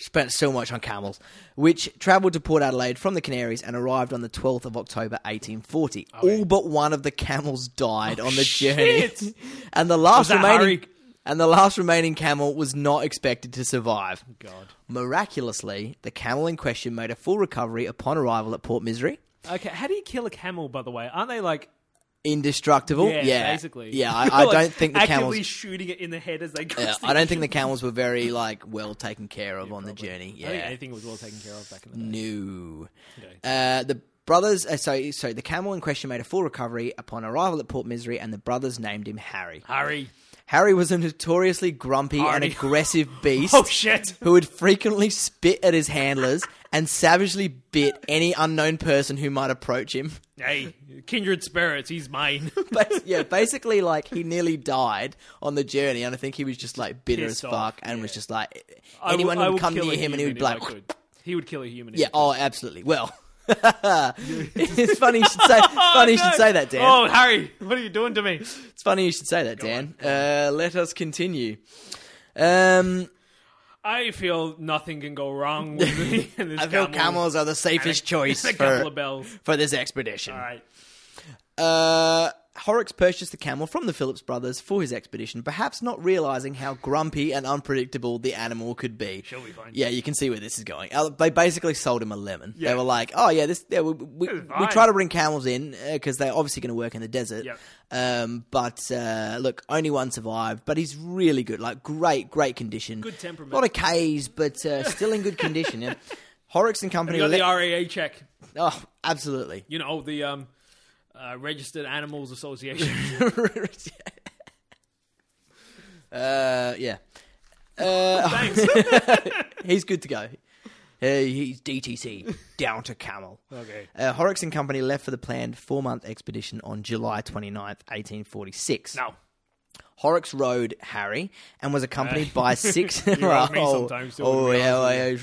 [SPEAKER 3] Spent so much on camels, which travelled to Port Adelaide from the Canaries and arrived on the 12th of October 1840. All but one of the camels died on the journey,
[SPEAKER 1] Oh,
[SPEAKER 3] *laughs*
[SPEAKER 1] shit.
[SPEAKER 3] and the last
[SPEAKER 1] that
[SPEAKER 3] remaining
[SPEAKER 1] Harry?
[SPEAKER 3] and the last remaining camel was not expected to survive.
[SPEAKER 1] *laughs* God.
[SPEAKER 3] Miraculously, the camel in question made a full recovery upon arrival at Port Misery.
[SPEAKER 1] Okay, how do you kill a camel? By the way, aren't they like?
[SPEAKER 3] Indestructible,
[SPEAKER 1] Yeah,
[SPEAKER 3] Oh, yeah,
[SPEAKER 1] basically. *laughs*
[SPEAKER 3] yeah. I, I
[SPEAKER 1] Like,
[SPEAKER 3] don't think the
[SPEAKER 1] actively *laughs*
[SPEAKER 3] camels.
[SPEAKER 1] shooting it in the head as they.
[SPEAKER 3] yeah,
[SPEAKER 1] *laughs*
[SPEAKER 3] I don't think the camels were very like well taken care of on the journey.
[SPEAKER 1] I think
[SPEAKER 3] Yeah, Mm.
[SPEAKER 1] anything was well taken care of back in the day.
[SPEAKER 3] No. Uh, the brothers, uh, so so the camel in question made a full recovery upon arrival at Port Misery, and the brothers named him Harry.
[SPEAKER 1] Harry.
[SPEAKER 3] Harry was a notoriously grumpy and
[SPEAKER 1] Harry. *laughs*
[SPEAKER 3] aggressive beast.
[SPEAKER 1] Oh shit.
[SPEAKER 3] Who would frequently spit at his handlers and savagely bit any unknown person who might approach him. *laughs*
[SPEAKER 1] Hey, kindred spirits. He's mine. *laughs*
[SPEAKER 3] Bas- yeah, basically, like he nearly died on the journey, and I think he was just like bitter
[SPEAKER 1] Pissed
[SPEAKER 3] as
[SPEAKER 1] off,
[SPEAKER 3] fuck, and was
[SPEAKER 1] yeah.
[SPEAKER 3] just like
[SPEAKER 1] I will-
[SPEAKER 3] anyone
[SPEAKER 1] I
[SPEAKER 3] who
[SPEAKER 1] will
[SPEAKER 3] would come
[SPEAKER 1] kill
[SPEAKER 3] near
[SPEAKER 1] a
[SPEAKER 3] him, and he
[SPEAKER 1] human
[SPEAKER 3] would be like,
[SPEAKER 1] if I could. he would kill a human. if
[SPEAKER 3] Yeah.
[SPEAKER 1] he could.
[SPEAKER 3] Oh,
[SPEAKER 1] *laughs*
[SPEAKER 3] absolutely. Well, *laughs* it's funny you should say. *laughs* Funny you should say that, Dan.
[SPEAKER 1] Oh, Harry, what are you doing to me?
[SPEAKER 3] It's funny you should say that, Dan. Uh, let us continue. Um,
[SPEAKER 1] I feel nothing can go wrong with
[SPEAKER 3] *laughs*
[SPEAKER 1] me. and this
[SPEAKER 3] I feel
[SPEAKER 1] camel.
[SPEAKER 3] camels are
[SPEAKER 1] *laughs* and
[SPEAKER 3] the
[SPEAKER 1] a-
[SPEAKER 3] safest choice
[SPEAKER 1] and A couple
[SPEAKER 3] for,
[SPEAKER 1] of bells.
[SPEAKER 3] for this expedition.
[SPEAKER 1] All right.
[SPEAKER 3] Uh, Horrocks purchased the camel from the Phillips brothers for his expedition, perhaps not realizing how grumpy and unpredictable the animal could be.
[SPEAKER 1] She'll be fine.
[SPEAKER 3] Yeah, you can see where this is going. Uh, They basically sold him a lemon.
[SPEAKER 1] Yeah.
[SPEAKER 3] They were like, "Oh yeah, this yeah, we, we,
[SPEAKER 1] It's
[SPEAKER 3] we
[SPEAKER 1] fine.
[SPEAKER 3] try to bring camels in because they're obviously going to work in the desert."
[SPEAKER 1] Yep.
[SPEAKER 3] Um, but uh, look, only one survived, but he's really good. Like great, great condition.
[SPEAKER 1] Good temperament.
[SPEAKER 3] A lot of K's, but uh, still in good condition.
[SPEAKER 1] *laughs*
[SPEAKER 3] Yeah. Horrocks and
[SPEAKER 1] You
[SPEAKER 3] company.
[SPEAKER 1] got the
[SPEAKER 3] let-
[SPEAKER 1] RAA check.
[SPEAKER 3] oh, absolutely. *laughs*
[SPEAKER 1] You know the um, uh, Registered Animals Association.
[SPEAKER 3] uh, yeah.
[SPEAKER 1] *laughs*
[SPEAKER 3] Uh,
[SPEAKER 1] Thanks.
[SPEAKER 3] *laughs* he's good to go. Hey, he's DTC, down to camel.
[SPEAKER 1] *laughs* okay.
[SPEAKER 3] Uh, Horrocks and Company left for the planned four month expedition on July 29th, 1846.
[SPEAKER 1] Now,
[SPEAKER 3] Horrocks rode Harry and was
[SPEAKER 1] *laughs*
[SPEAKER 3] accompanied by six.
[SPEAKER 1] ride Uh, me sometimes, so
[SPEAKER 3] oh,
[SPEAKER 1] wouldn't be
[SPEAKER 3] yeah,
[SPEAKER 1] honest with
[SPEAKER 3] yeah,
[SPEAKER 1] you.
[SPEAKER 3] it's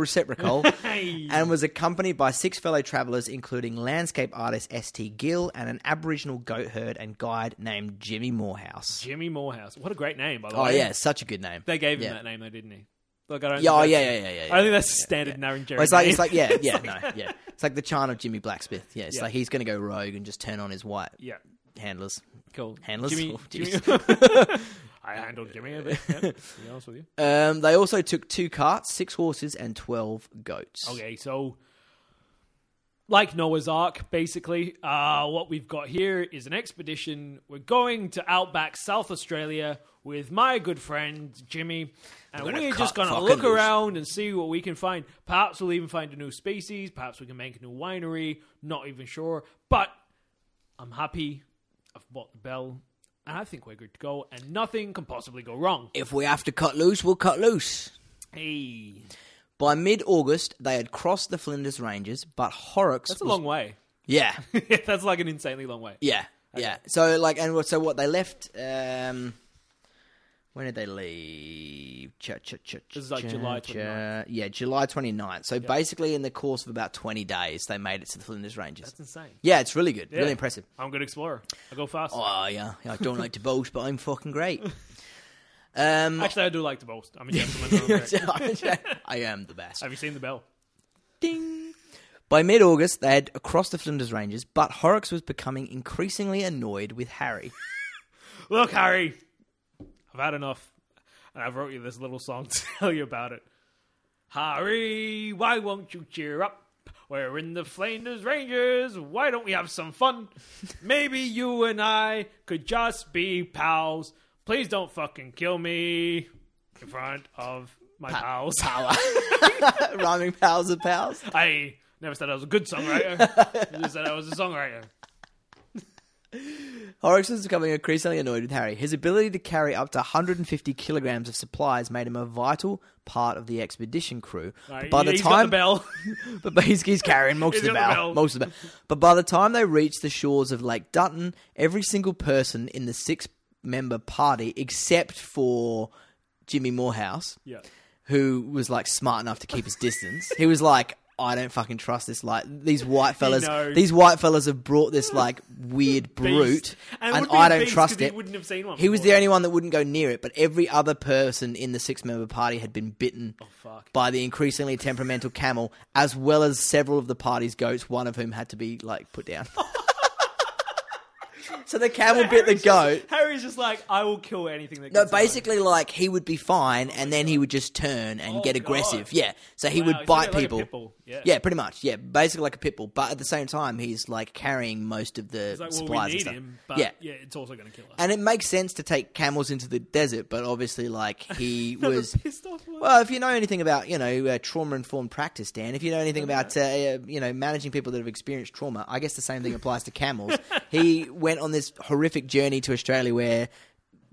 [SPEAKER 1] *laughs*
[SPEAKER 3] reciprocal. *laughs* and was accompanied by six fellow travellers, including landscape artist S.T. Gill and an Aboriginal goat herd and guide named Jimmy Morehouse.
[SPEAKER 1] Jimmy Morehouse. What a great name, by the
[SPEAKER 3] Oh,
[SPEAKER 1] way.
[SPEAKER 3] yeah, such a good name.
[SPEAKER 1] They gave him
[SPEAKER 3] Yeah.
[SPEAKER 1] that name, though, didn't he? Look, I don't
[SPEAKER 3] Yeah, oh,
[SPEAKER 1] think
[SPEAKER 3] yeah,
[SPEAKER 1] that's-
[SPEAKER 3] yeah, yeah, yeah.
[SPEAKER 1] I think that's a standard Naren Jerry.
[SPEAKER 3] Well, it's like
[SPEAKER 1] name.
[SPEAKER 3] it's like yeah
[SPEAKER 1] *laughs*
[SPEAKER 3] yeah no yeah it's like the charm of Jimmy Blacksmith yeah it's
[SPEAKER 1] Yeah.
[SPEAKER 3] like he's gonna go rogue and just turn on his white
[SPEAKER 1] yeah,
[SPEAKER 3] handlers
[SPEAKER 1] cool.
[SPEAKER 3] Handless?
[SPEAKER 1] Jimmy,
[SPEAKER 3] Oh,
[SPEAKER 1] Jimmy. *laughs* I handled Jimmy a bit.
[SPEAKER 3] *laughs*
[SPEAKER 1] Yeah, to be honest with you.
[SPEAKER 3] um, they also took two carts six horses and twelve goats
[SPEAKER 1] Okay, so like Noah's Ark, basically, uh, what we've got here is an expedition. We're going to outback South Australia with my good friend Jimmy, and
[SPEAKER 3] We're
[SPEAKER 1] we're,
[SPEAKER 3] gonna
[SPEAKER 1] just
[SPEAKER 3] cut
[SPEAKER 1] going to
[SPEAKER 3] fucking
[SPEAKER 1] look
[SPEAKER 3] loose.
[SPEAKER 1] around and see what we can find. Perhaps we'll even find a new species. Perhaps we can make a new winery. Not even sure, but I'm happy. I've bought the bell, and I think we're good to go. And nothing can possibly go wrong.
[SPEAKER 3] if we have to cut loose we'll cut loose
[SPEAKER 1] Hey,
[SPEAKER 3] by mid August they had crossed the Flinders Ranges but Horrocks
[SPEAKER 1] that's a
[SPEAKER 3] was-
[SPEAKER 1] long way.
[SPEAKER 3] *laughs*
[SPEAKER 1] *laughs*
[SPEAKER 3] yeah
[SPEAKER 1] that's like an insanely long way. *laughs*
[SPEAKER 3] yeah yeah so like and what- so what they left um. When did they leave? Cha, cha, cha,
[SPEAKER 1] This is like
[SPEAKER 3] cha,
[SPEAKER 1] July
[SPEAKER 3] cha.
[SPEAKER 1] 29th.
[SPEAKER 3] Yeah, July 29th. So basically, in the course of about 20 days, they made it to the Flinders Ranges.
[SPEAKER 1] That's insane.
[SPEAKER 3] Yeah, it's really good.
[SPEAKER 1] Yeah.
[SPEAKER 3] Really impressive.
[SPEAKER 1] I'm a good explorer. I go fast.
[SPEAKER 3] Oh, yeah. I
[SPEAKER 1] *laughs*
[SPEAKER 3] don't like to boast, but I'm fucking great. Um,
[SPEAKER 1] Actually, I do like to boast. I'm a gentleman.
[SPEAKER 3] *laughs* I am the best.
[SPEAKER 1] Have you seen the bell?
[SPEAKER 3] Ding. By mid August, they had crossed the Flinders Ranges, but Horrocks was becoming increasingly annoyed with Harry.
[SPEAKER 1] Look, Harry, I've had enough, and I've wrote you this little song *laughs* to tell you about it. Harry, why won't you cheer up? We're in the Flanders Rangers. Why don't we have some
[SPEAKER 3] *laughs*
[SPEAKER 1] fun? Maybe you and I could just be pals. Please don't fucking kill me in front of my pals.
[SPEAKER 3] Power. *laughs* Rhyming pals of pals.
[SPEAKER 1] I never said I was a good songwriter.
[SPEAKER 3] *laughs*
[SPEAKER 1] I just said I was a songwriter.
[SPEAKER 3] Horrocks was becoming increasingly annoyed with Harry. His ability to carry up to 150 kilograms of supplies made him a vital part of the expedition crew. But by the
[SPEAKER 1] He's got
[SPEAKER 3] time,
[SPEAKER 1] the *laughs* bell.
[SPEAKER 3] but he's, he's carrying most
[SPEAKER 1] He's
[SPEAKER 3] of the
[SPEAKER 1] got the
[SPEAKER 3] bow,
[SPEAKER 1] bell.
[SPEAKER 3] most of the bow. But by the time they reached the shores of Lake Dutton, every single person in the six-member party, except for Jimmy Morehouse,
[SPEAKER 1] yeah.
[SPEAKER 3] who was like smart enough to keep his distance. he was like, I don't fucking trust this. Like these white fellas,
[SPEAKER 1] knows.
[SPEAKER 3] these white fellas have brought this like weird brute,
[SPEAKER 1] And it
[SPEAKER 3] and,
[SPEAKER 1] would be
[SPEAKER 3] I
[SPEAKER 1] a
[SPEAKER 3] don't
[SPEAKER 1] beast 'cause
[SPEAKER 3] trust
[SPEAKER 1] he
[SPEAKER 3] it.
[SPEAKER 1] wouldn't have seen one
[SPEAKER 3] He was
[SPEAKER 1] before.
[SPEAKER 3] the only one that wouldn't go near it, but every other person in the six-member party had been bitten
[SPEAKER 1] Oh, fuck.
[SPEAKER 3] by the increasingly temperamental camel, as well as several of the party's goats, one of whom had to be like
[SPEAKER 1] *laughs*
[SPEAKER 3] put down. so the camel bit the
[SPEAKER 1] Harry's
[SPEAKER 3] goat.
[SPEAKER 1] Just, Harry's just like, I will kill anything that.
[SPEAKER 3] No,
[SPEAKER 1] gets in my way."
[SPEAKER 3] basically, like he would be fine, and then he would just turn and
[SPEAKER 1] Oh,
[SPEAKER 3] get
[SPEAKER 1] God.
[SPEAKER 3] aggressive. Yeah, so he
[SPEAKER 1] Wow,
[SPEAKER 3] would
[SPEAKER 1] he's a
[SPEAKER 3] bite
[SPEAKER 1] bit like a
[SPEAKER 3] people.
[SPEAKER 1] pit bull. Yeah.
[SPEAKER 3] pretty much. Yeah, basically like a pit bull, but at the same time, he's like carrying most of the
[SPEAKER 1] It's like, well,
[SPEAKER 3] supplies
[SPEAKER 1] we
[SPEAKER 3] and
[SPEAKER 1] need
[SPEAKER 3] stuff.
[SPEAKER 1] him, but yeah.
[SPEAKER 3] yeah.
[SPEAKER 1] it's also going to kill us.
[SPEAKER 3] and it makes sense to take camels into the desert, but obviously, like
[SPEAKER 1] *laughs*
[SPEAKER 3] he
[SPEAKER 1] Another
[SPEAKER 3] was.
[SPEAKER 1] pissed off one.
[SPEAKER 3] Well, if you know anything about you know uh, trauma informed practice, Dan, if you know anything about uh, uh, you know managing people that have experienced trauma, I guess the same thing applies to camels. *laughs* he went on this horrific journey to Australia where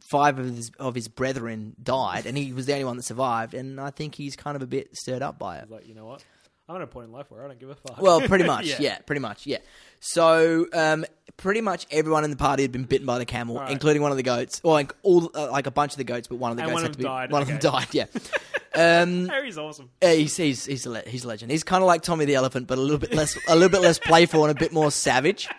[SPEAKER 3] five of his of his brethren died, and he was the only one that survived. And I think he's kind of a bit stirred up by it.
[SPEAKER 1] like, you know what? I'm at a point in life where I don't give a fuck.
[SPEAKER 3] Well, pretty
[SPEAKER 1] *laughs*
[SPEAKER 3] much,
[SPEAKER 1] Yeah.
[SPEAKER 3] yeah. pretty much, yeah. So, um, pretty much everyone in the party had been bitten by the camel,
[SPEAKER 1] right.
[SPEAKER 3] including one of the goats, or like all uh, like a bunch of the goats, but one of the
[SPEAKER 1] And
[SPEAKER 3] goats
[SPEAKER 1] one
[SPEAKER 3] had
[SPEAKER 1] of
[SPEAKER 3] to
[SPEAKER 1] them
[SPEAKER 3] be
[SPEAKER 1] died,
[SPEAKER 3] one of them
[SPEAKER 1] okay.
[SPEAKER 3] died. Yeah.
[SPEAKER 1] Harry's awesome.
[SPEAKER 3] Uh, he's he's he's a, le- he's a legend. He's kind of like Tommy the Elephant, but a little bit less a little
[SPEAKER 1] *laughs*
[SPEAKER 3] bit less playful and a bit more savage.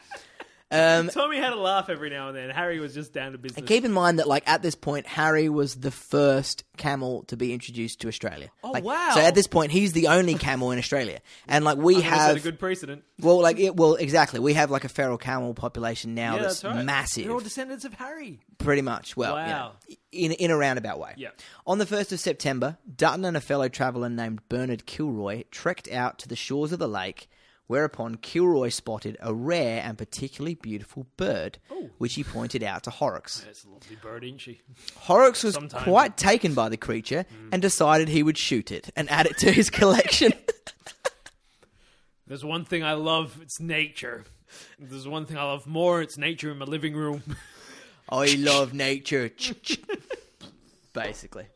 [SPEAKER 1] Tommy had a laugh every now and then. Harry was just down to business.
[SPEAKER 3] Keep in mind that like at this point, Harry was the first camel to be introduced to Australia. Oh
[SPEAKER 1] wow.
[SPEAKER 3] So at this point, he's the only camel in Australia, and like we
[SPEAKER 1] I think we set
[SPEAKER 3] have Oh,
[SPEAKER 1] a good precedent.
[SPEAKER 3] well like it, well exactly we have like a feral camel population now
[SPEAKER 1] Yeah,
[SPEAKER 3] that's,
[SPEAKER 1] that's right.
[SPEAKER 3] massive.
[SPEAKER 1] They're all descendants of Harry.
[SPEAKER 3] Pretty much. Well, you know,
[SPEAKER 1] Wow.
[SPEAKER 3] in in a roundabout way.
[SPEAKER 1] Yeah.
[SPEAKER 3] On the first of September, Dutton and a fellow traveller named Bernard Kilroy trekked out to the shores of the lake. Whereupon Kilroy spotted a rare and particularly beautiful bird, which he pointed out to Horrocks.
[SPEAKER 1] That's a lovely bird, isn't she?
[SPEAKER 3] Horrocks was
[SPEAKER 1] Sometime.
[SPEAKER 3] quite taken by the creature and decided he would shoot it and add it to his collection.
[SPEAKER 1] There's one thing I love. It's nature. If There's one thing I love more. It's nature in my living room. *laughs*
[SPEAKER 3] I love nature. *laughs* Basically.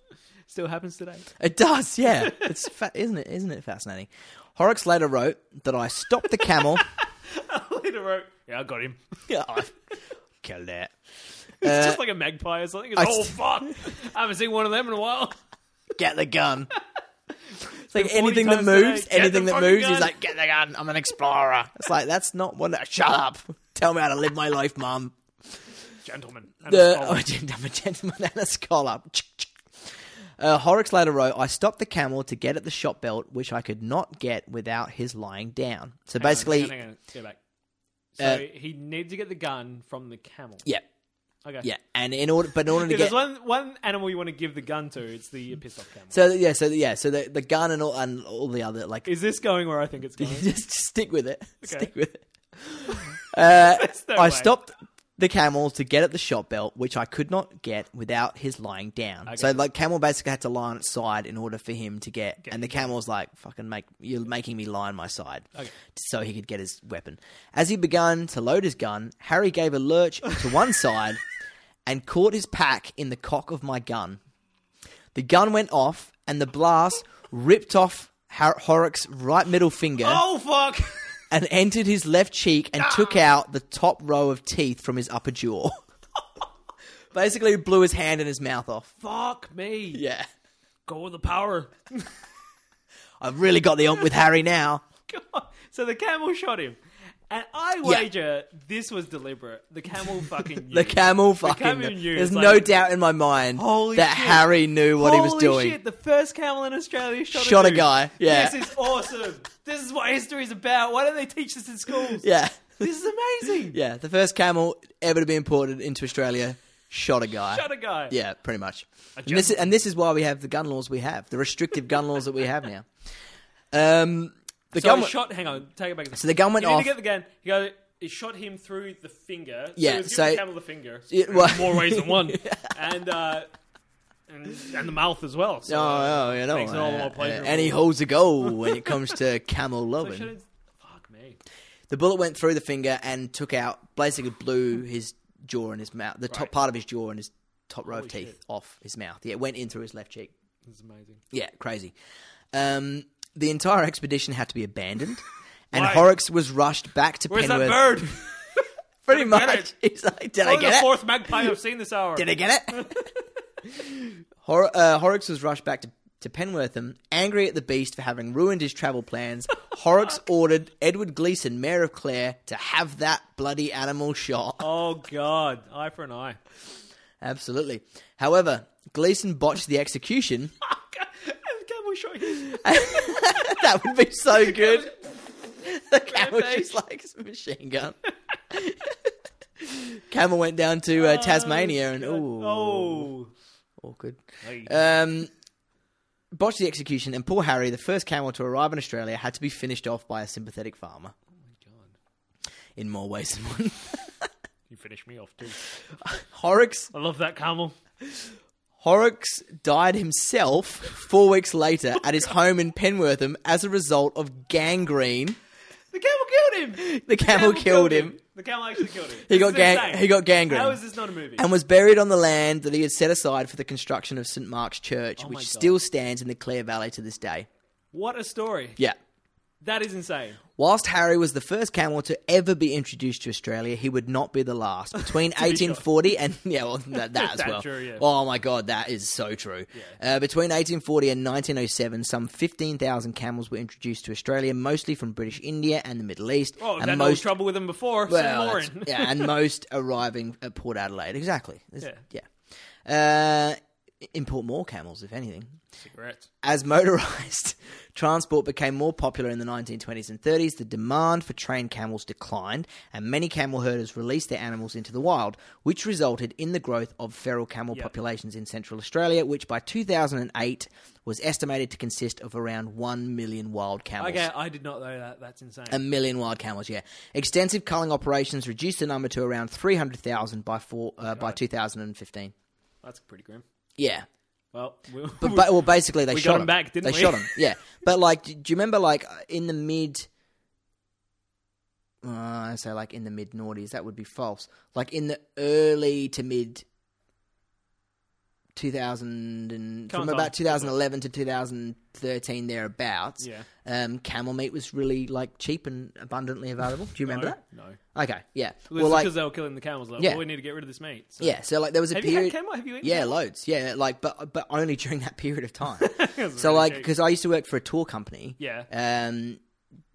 [SPEAKER 1] Still happens today.
[SPEAKER 3] It does, yeah. It's fa- isn't it? Isn't it fascinating? Horrocks later wrote that I stopped the camel.
[SPEAKER 1] Later wrote, yeah, *laughs* I got him. *laughs*
[SPEAKER 3] yeah, I *laughs* killed it.
[SPEAKER 1] It's just like a magpie or something. It's,
[SPEAKER 3] Uh, I
[SPEAKER 1] oh,
[SPEAKER 3] st-
[SPEAKER 1] fuck. *laughs* I haven't seen one of them in a while. *laughs*
[SPEAKER 3] Get the gun. It's like
[SPEAKER 1] been 40
[SPEAKER 3] anything that
[SPEAKER 1] times today,
[SPEAKER 3] moves,
[SPEAKER 1] get the
[SPEAKER 3] anything that
[SPEAKER 1] fucking
[SPEAKER 3] moves,
[SPEAKER 1] gun.
[SPEAKER 3] he's like, get the gun. I'm an explorer. It's like that's not what. Shut up. Tell me how to live my life, mum.
[SPEAKER 1] Gentlemen. and a
[SPEAKER 3] *laughs* The,
[SPEAKER 1] scholar.
[SPEAKER 3] oh, I'm a gentleman and a scholar. Uh, Horrocks later wrote, I stopped the camel to get at the shop belt, which I could not get without his lying down. So basically,
[SPEAKER 1] Hang on, hang on, go back. So
[SPEAKER 3] Uh,
[SPEAKER 1] he needed to get the gun from the camel.
[SPEAKER 3] yeah,
[SPEAKER 1] Okay.
[SPEAKER 3] yeah. And in order, but in order to
[SPEAKER 1] If
[SPEAKER 3] get.
[SPEAKER 1] there's one one animal you want to give the gun to, it's the pissed off camel.
[SPEAKER 3] So yeah, so yeah, so the, the gun and all and all the other like
[SPEAKER 1] Is this going where I think it's going?
[SPEAKER 3] *laughs* just stick with it, stick
[SPEAKER 1] *laughs*
[SPEAKER 3] with it. Uh,
[SPEAKER 1] There's no
[SPEAKER 3] I
[SPEAKER 1] way.
[SPEAKER 3] stopped the camel to get at the shot belt, which I could not get without his lying down. So like camel basically had to lie on its side in order for him to get, and the camel's like fucking make you're making me lie on my side, so he could get his weapon. As he began to load his gun, Harry gave a lurch to
[SPEAKER 1] *laughs*
[SPEAKER 3] one side and caught his pack in the cock of my gun. The gun went off, and the blast ripped off Har- Horrocks' right middle finger
[SPEAKER 1] Oh fuck! *laughs*
[SPEAKER 3] and entered his left cheek and took out the top row of teeth from his upper jaw. *laughs* Basically, blew his hand and his mouth off.
[SPEAKER 1] fuck me!
[SPEAKER 3] Yeah.
[SPEAKER 1] Go with the power.
[SPEAKER 3] I've really got the ump with
[SPEAKER 1] *laughs*
[SPEAKER 3] Harry now.
[SPEAKER 1] God. So the camel shot him, and I wager this was deliberate. The
[SPEAKER 3] *laughs*
[SPEAKER 1] camel fucking knew.
[SPEAKER 3] The camel fucking.
[SPEAKER 1] camel knew,
[SPEAKER 3] there's
[SPEAKER 1] it's
[SPEAKER 3] no
[SPEAKER 1] like-
[SPEAKER 3] doubt in my mind
[SPEAKER 1] Holy
[SPEAKER 3] that
[SPEAKER 1] shit.
[SPEAKER 3] Harry knew what
[SPEAKER 1] Holy
[SPEAKER 3] he was doing.
[SPEAKER 1] shit! The first camel in Australia shot,
[SPEAKER 3] Shot a
[SPEAKER 1] dude.
[SPEAKER 3] guy, yeah.
[SPEAKER 1] This is awesome. this is what history is about. Why don't they teach this in schools?
[SPEAKER 3] *laughs* Yeah.
[SPEAKER 1] This is amazing.
[SPEAKER 3] Yeah. The first camel ever to be imported into Australia shot a guy.
[SPEAKER 1] Shot a guy.
[SPEAKER 3] *laughs* Yeah, pretty much. And this, is,
[SPEAKER 1] gentleman.
[SPEAKER 3] and this is why we have the gun laws we have, the restrictive gun laws that we have now. Um, the
[SPEAKER 1] So
[SPEAKER 3] gun.
[SPEAKER 1] he shot. Hang on, take it back.
[SPEAKER 3] So the gun went
[SPEAKER 1] you need
[SPEAKER 3] off.
[SPEAKER 1] to get the gun. He got it shot him through the finger.
[SPEAKER 3] Yeah,
[SPEAKER 1] so, it was
[SPEAKER 3] so-
[SPEAKER 1] giving the camel the
[SPEAKER 3] *laughs*
[SPEAKER 1] finger.
[SPEAKER 3] It- well-
[SPEAKER 1] more ways than
[SPEAKER 3] *laughs*
[SPEAKER 1] one, and uh, and, and the mouth as well. So,
[SPEAKER 3] Oh, oh, you know,
[SPEAKER 1] Makes it all the more
[SPEAKER 3] uh,
[SPEAKER 1] pleasurable.
[SPEAKER 3] and he holds a goal when it comes
[SPEAKER 1] *laughs*
[SPEAKER 3] to camel
[SPEAKER 1] so shot
[SPEAKER 3] loving.
[SPEAKER 1] his- fuck me.
[SPEAKER 3] The bullet went through the finger and took out, basically blew his jaw and his mouth, the top
[SPEAKER 1] Right.
[SPEAKER 3] part of his jaw and his top row of
[SPEAKER 1] Holy
[SPEAKER 3] teeth
[SPEAKER 1] shit.
[SPEAKER 3] off his mouth. Yeah, it went in through his left cheek.
[SPEAKER 1] This is amazing.
[SPEAKER 3] Yeah, crazy. Um, the entire expedition had to be abandoned, and
[SPEAKER 1] Why?
[SPEAKER 3] Horrocks was rushed back to
[SPEAKER 1] Where's
[SPEAKER 3] Penworth.
[SPEAKER 1] that *laughs* bird?
[SPEAKER 3] Pretty
[SPEAKER 1] Get
[SPEAKER 3] much. *laughs* He's like, did I
[SPEAKER 1] Only
[SPEAKER 3] get
[SPEAKER 1] the
[SPEAKER 3] it?
[SPEAKER 1] fourth magpie I've seen this hour.
[SPEAKER 3] *laughs* Did I get it? Hor- uh, Horrocks was rushed back to to Penwortham, angry at the beast for having ruined his
[SPEAKER 1] *laughs*
[SPEAKER 3] travel plans,
[SPEAKER 1] Oh,
[SPEAKER 3] Horrocks ordered Edward Gleeson, Mayor of Clare, to have that bloody animal shot.
[SPEAKER 1] Oh God, eye for an eye.
[SPEAKER 3] *laughs* Absolutely. However, Gleeson botched the execution. *laughs*
[SPEAKER 1] Camel shot. you.
[SPEAKER 3] that would
[SPEAKER 1] *laughs*
[SPEAKER 3] be so good. The camel
[SPEAKER 1] face.
[SPEAKER 3] just like a machine gun. *laughs* camel went down to uh, Tasmania
[SPEAKER 1] *laughs*
[SPEAKER 3] and ooh,
[SPEAKER 1] Oh.
[SPEAKER 3] awkward.
[SPEAKER 1] Hey.
[SPEAKER 3] Um, botched the execution, and poor Harry, the first camel to arrive in Australia, had to be finished off by a sympathetic farmer. In more ways than one. *laughs*
[SPEAKER 1] You finished me off too.
[SPEAKER 3] Horrocks,
[SPEAKER 1] I love that camel.
[SPEAKER 3] Horrocks died himself four weeks later at his home in Penwortham as a result of gangrene.
[SPEAKER 1] The camel killed him.
[SPEAKER 3] The camel killed him.
[SPEAKER 1] The camel actually killed him. This
[SPEAKER 3] He got
[SPEAKER 1] is
[SPEAKER 3] gang-
[SPEAKER 1] insane.
[SPEAKER 3] he got gangrene.
[SPEAKER 1] How is this not a movie?
[SPEAKER 3] and was buried on the land that he had set aside for the construction of St Mark's Church,
[SPEAKER 1] my
[SPEAKER 3] which
[SPEAKER 1] God.
[SPEAKER 3] still stands in the Clare Valley to this day.
[SPEAKER 1] what a story.
[SPEAKER 3] Yeah.
[SPEAKER 1] That is insane.
[SPEAKER 3] Whilst Harry was the first camel to ever be introduced to Australia, he would not be
[SPEAKER 1] *laughs*
[SPEAKER 3] the last. Between 1840 and yeah, well, that, that as
[SPEAKER 1] That
[SPEAKER 3] well.
[SPEAKER 1] true, yeah.
[SPEAKER 3] Oh my God, that is so true. Uh, between 1840 and 1907, some 15,000 camels were introduced to Australia, mostly from British India and the Middle East,
[SPEAKER 1] Oh,
[SPEAKER 3] and
[SPEAKER 1] that no
[SPEAKER 3] most
[SPEAKER 1] trouble with him before.
[SPEAKER 3] Well,
[SPEAKER 1] Some more
[SPEAKER 3] that's-
[SPEAKER 1] in.
[SPEAKER 3] yeah, and most arriving at Port Adelaide. Exactly. Yeah.
[SPEAKER 1] Yeah.
[SPEAKER 3] yeah. Uh, import more camels, if anything.
[SPEAKER 1] *laughs* Cigarettes.
[SPEAKER 3] As motorized *laughs* transport became more popular in the 1920s and 30s, the demand for trained camels declined, and many camel herders released their animals into the wild, which resulted in the growth of feral camel populations in Central Australia, which by 2008 was estimated to consist of around 1 million wild camels.
[SPEAKER 1] Okay, I did not know that. That's insane.
[SPEAKER 3] A million wild camels, yeah. Extensive culling operations reduced the number to around 300,000 by four, uh, by 2015.
[SPEAKER 1] That's pretty grim.
[SPEAKER 3] Yeah.
[SPEAKER 1] Well, *laughs* we,
[SPEAKER 3] But, ba well, basically, they
[SPEAKER 1] we
[SPEAKER 3] shot
[SPEAKER 1] got 'em
[SPEAKER 3] him.
[SPEAKER 1] back, didn't
[SPEAKER 3] they
[SPEAKER 1] we? *laughs*
[SPEAKER 3] shot him, yeah. But, like, do do you remember, like, uh, in the mid. Uh, I say, like, in the mid noughties, that would be false. Like, in the early to mid. 2000 and
[SPEAKER 1] Come
[SPEAKER 3] from
[SPEAKER 1] on,
[SPEAKER 3] about
[SPEAKER 1] Tom.
[SPEAKER 3] 2011 to 2013 thereabouts
[SPEAKER 1] Yeah.
[SPEAKER 3] um, camel meat was really like cheap and abundantly available do you remember
[SPEAKER 1] no,
[SPEAKER 3] that
[SPEAKER 1] no.
[SPEAKER 3] Okay, yeah.
[SPEAKER 1] Well,
[SPEAKER 3] well, like,
[SPEAKER 1] because they were killing the camels. Like,
[SPEAKER 3] Yeah.
[SPEAKER 1] well, we need to get rid of this meat. So.
[SPEAKER 3] yeah. So like, there was a
[SPEAKER 1] Have you
[SPEAKER 3] period.
[SPEAKER 1] had camel? Have you eaten? *laughs*
[SPEAKER 3] yeah,
[SPEAKER 1] camel?
[SPEAKER 3] loads. Yeah, like, but but only during that period of time.
[SPEAKER 1] *laughs* That's
[SPEAKER 3] so
[SPEAKER 1] really
[SPEAKER 3] like,
[SPEAKER 1] cheap.
[SPEAKER 3] because I used to work for a tour company.
[SPEAKER 1] Yeah.
[SPEAKER 3] Um,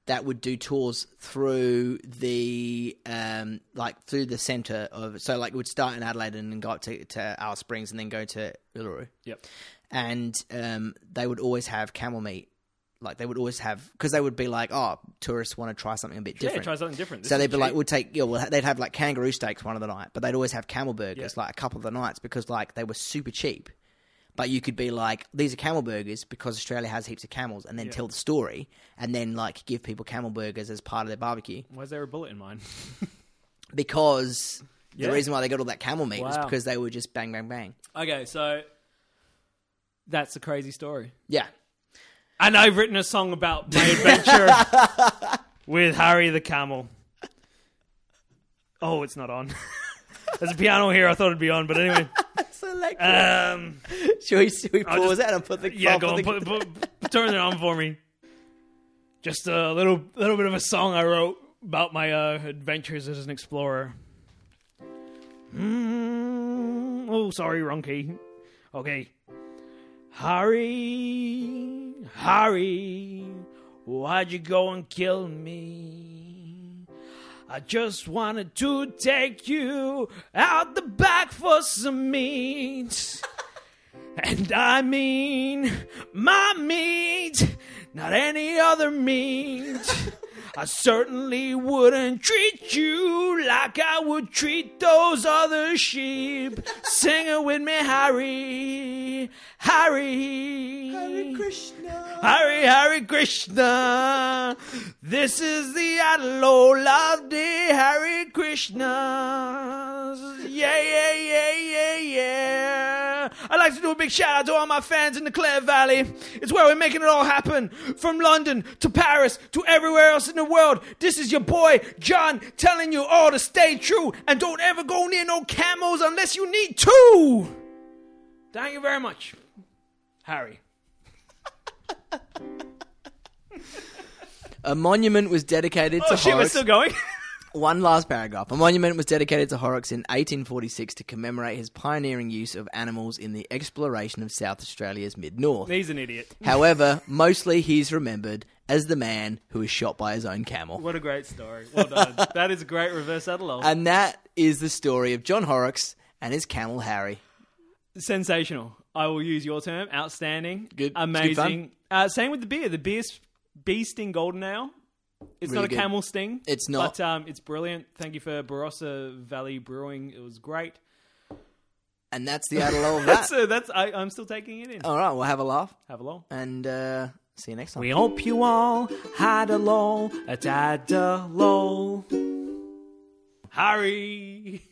[SPEAKER 3] that would do tours through the um like through the center of so like it would start in Adelaide and then go up to to Alice Springs and then go to Uluru
[SPEAKER 1] Yep.
[SPEAKER 3] and um, they would always have camel meat. Like they would always have because they would be like, oh, tourists want to try something a bit
[SPEAKER 1] Yeah,
[SPEAKER 3] different.
[SPEAKER 1] try something different.
[SPEAKER 3] so
[SPEAKER 1] This
[SPEAKER 3] they'd
[SPEAKER 1] is
[SPEAKER 3] be like,
[SPEAKER 1] cheap.
[SPEAKER 3] we'll take, yeah, well, they'd have like kangaroo steaks one of the night, but they'd always have camel burgers
[SPEAKER 1] Yeah.
[SPEAKER 3] like a couple of the nights because like they were super cheap. But you could be like, these are camel burgers because Australia has heaps of camels, and then tell the story, and then like give people camel burgers as part of their barbecue
[SPEAKER 1] Why is there a bullet in mine?
[SPEAKER 3] because
[SPEAKER 1] Yeah.
[SPEAKER 3] the reason why they got all that camel meat was
[SPEAKER 1] Wow.
[SPEAKER 3] because they were just bang, bang, bang.
[SPEAKER 1] okay, so that's a crazy story.
[SPEAKER 3] Yeah,
[SPEAKER 1] And I've written a song about
[SPEAKER 3] *laughs*
[SPEAKER 1] my adventure with Harry the Camel. Oh, it's not on. *laughs* There's a piano here. I thought it'd be on, but anyway.
[SPEAKER 3] so like,
[SPEAKER 1] Um,
[SPEAKER 3] should we, *laughs* should we pause
[SPEAKER 1] just-
[SPEAKER 3] that and put the
[SPEAKER 1] yeah,
[SPEAKER 3] I'll
[SPEAKER 1] go on.
[SPEAKER 3] put the-
[SPEAKER 1] Put, put, put- turn it on for me. Just a little, little bit of a song I wrote about my uh, adventures as an explorer. Mm, oh, sorry, wrong key. Okay. Harry, Harry, why'd you go and kill me? I just wanted to take you out the back for some meat. *laughs* And I mean my meat, not any other meat. I certainly wouldn't treat you like I would treat those other sheep. Sing it with me, Harry. Harry. Harry
[SPEAKER 3] Krishna.
[SPEAKER 1] Hare Hare Krishna. This is the Adelo Lavdi Hare Krishna. Yeah, yeah, yeah, yeah, yeah. I'd like to do a big shout out to all my fans in the Clare Valley. It's where we're making it all happen. From London to Paris to everywhere else in the world. This is your boy, John, telling you all to stay true and don't ever go near no camels unless you need to. Thank you very much, Harry.
[SPEAKER 3] A monument was dedicated to
[SPEAKER 1] shit, we're
[SPEAKER 3] Horrocks
[SPEAKER 1] Oh, still going. *laughs*
[SPEAKER 3] One last paragraph. A monument was dedicated to Horrocks in 1846 to commemorate his pioneering use of animals in the exploration of South Australia's mid north.
[SPEAKER 1] He's an idiot.
[SPEAKER 3] However, mostly he's remembered as the man who was shot by his own camel.
[SPEAKER 1] What a great story. Well
[SPEAKER 3] *laughs*
[SPEAKER 1] done. that is a great reverse Adelol.
[SPEAKER 3] And that is the story of John Horrocks and his camel Harry.
[SPEAKER 1] Sensational. I will use your term. Outstanding.
[SPEAKER 3] Good. It's good
[SPEAKER 1] Amazing. uh, same with the beer. The beer's bee sting golden ale. It's
[SPEAKER 3] Really
[SPEAKER 1] not a
[SPEAKER 3] good.
[SPEAKER 1] camel sting.
[SPEAKER 3] It's not.
[SPEAKER 1] But um, it's brilliant. Thank you for Barossa Valley Brewing. It was great.
[SPEAKER 3] And that's the Adelol of that. Oh.
[SPEAKER 1] So that's I, I'm still taking it in.
[SPEAKER 3] All right, we'll have a laugh
[SPEAKER 1] Have a long.
[SPEAKER 3] and uh, see you next time.
[SPEAKER 1] We hope you all had a lol at Adderall. Harry. *laughs*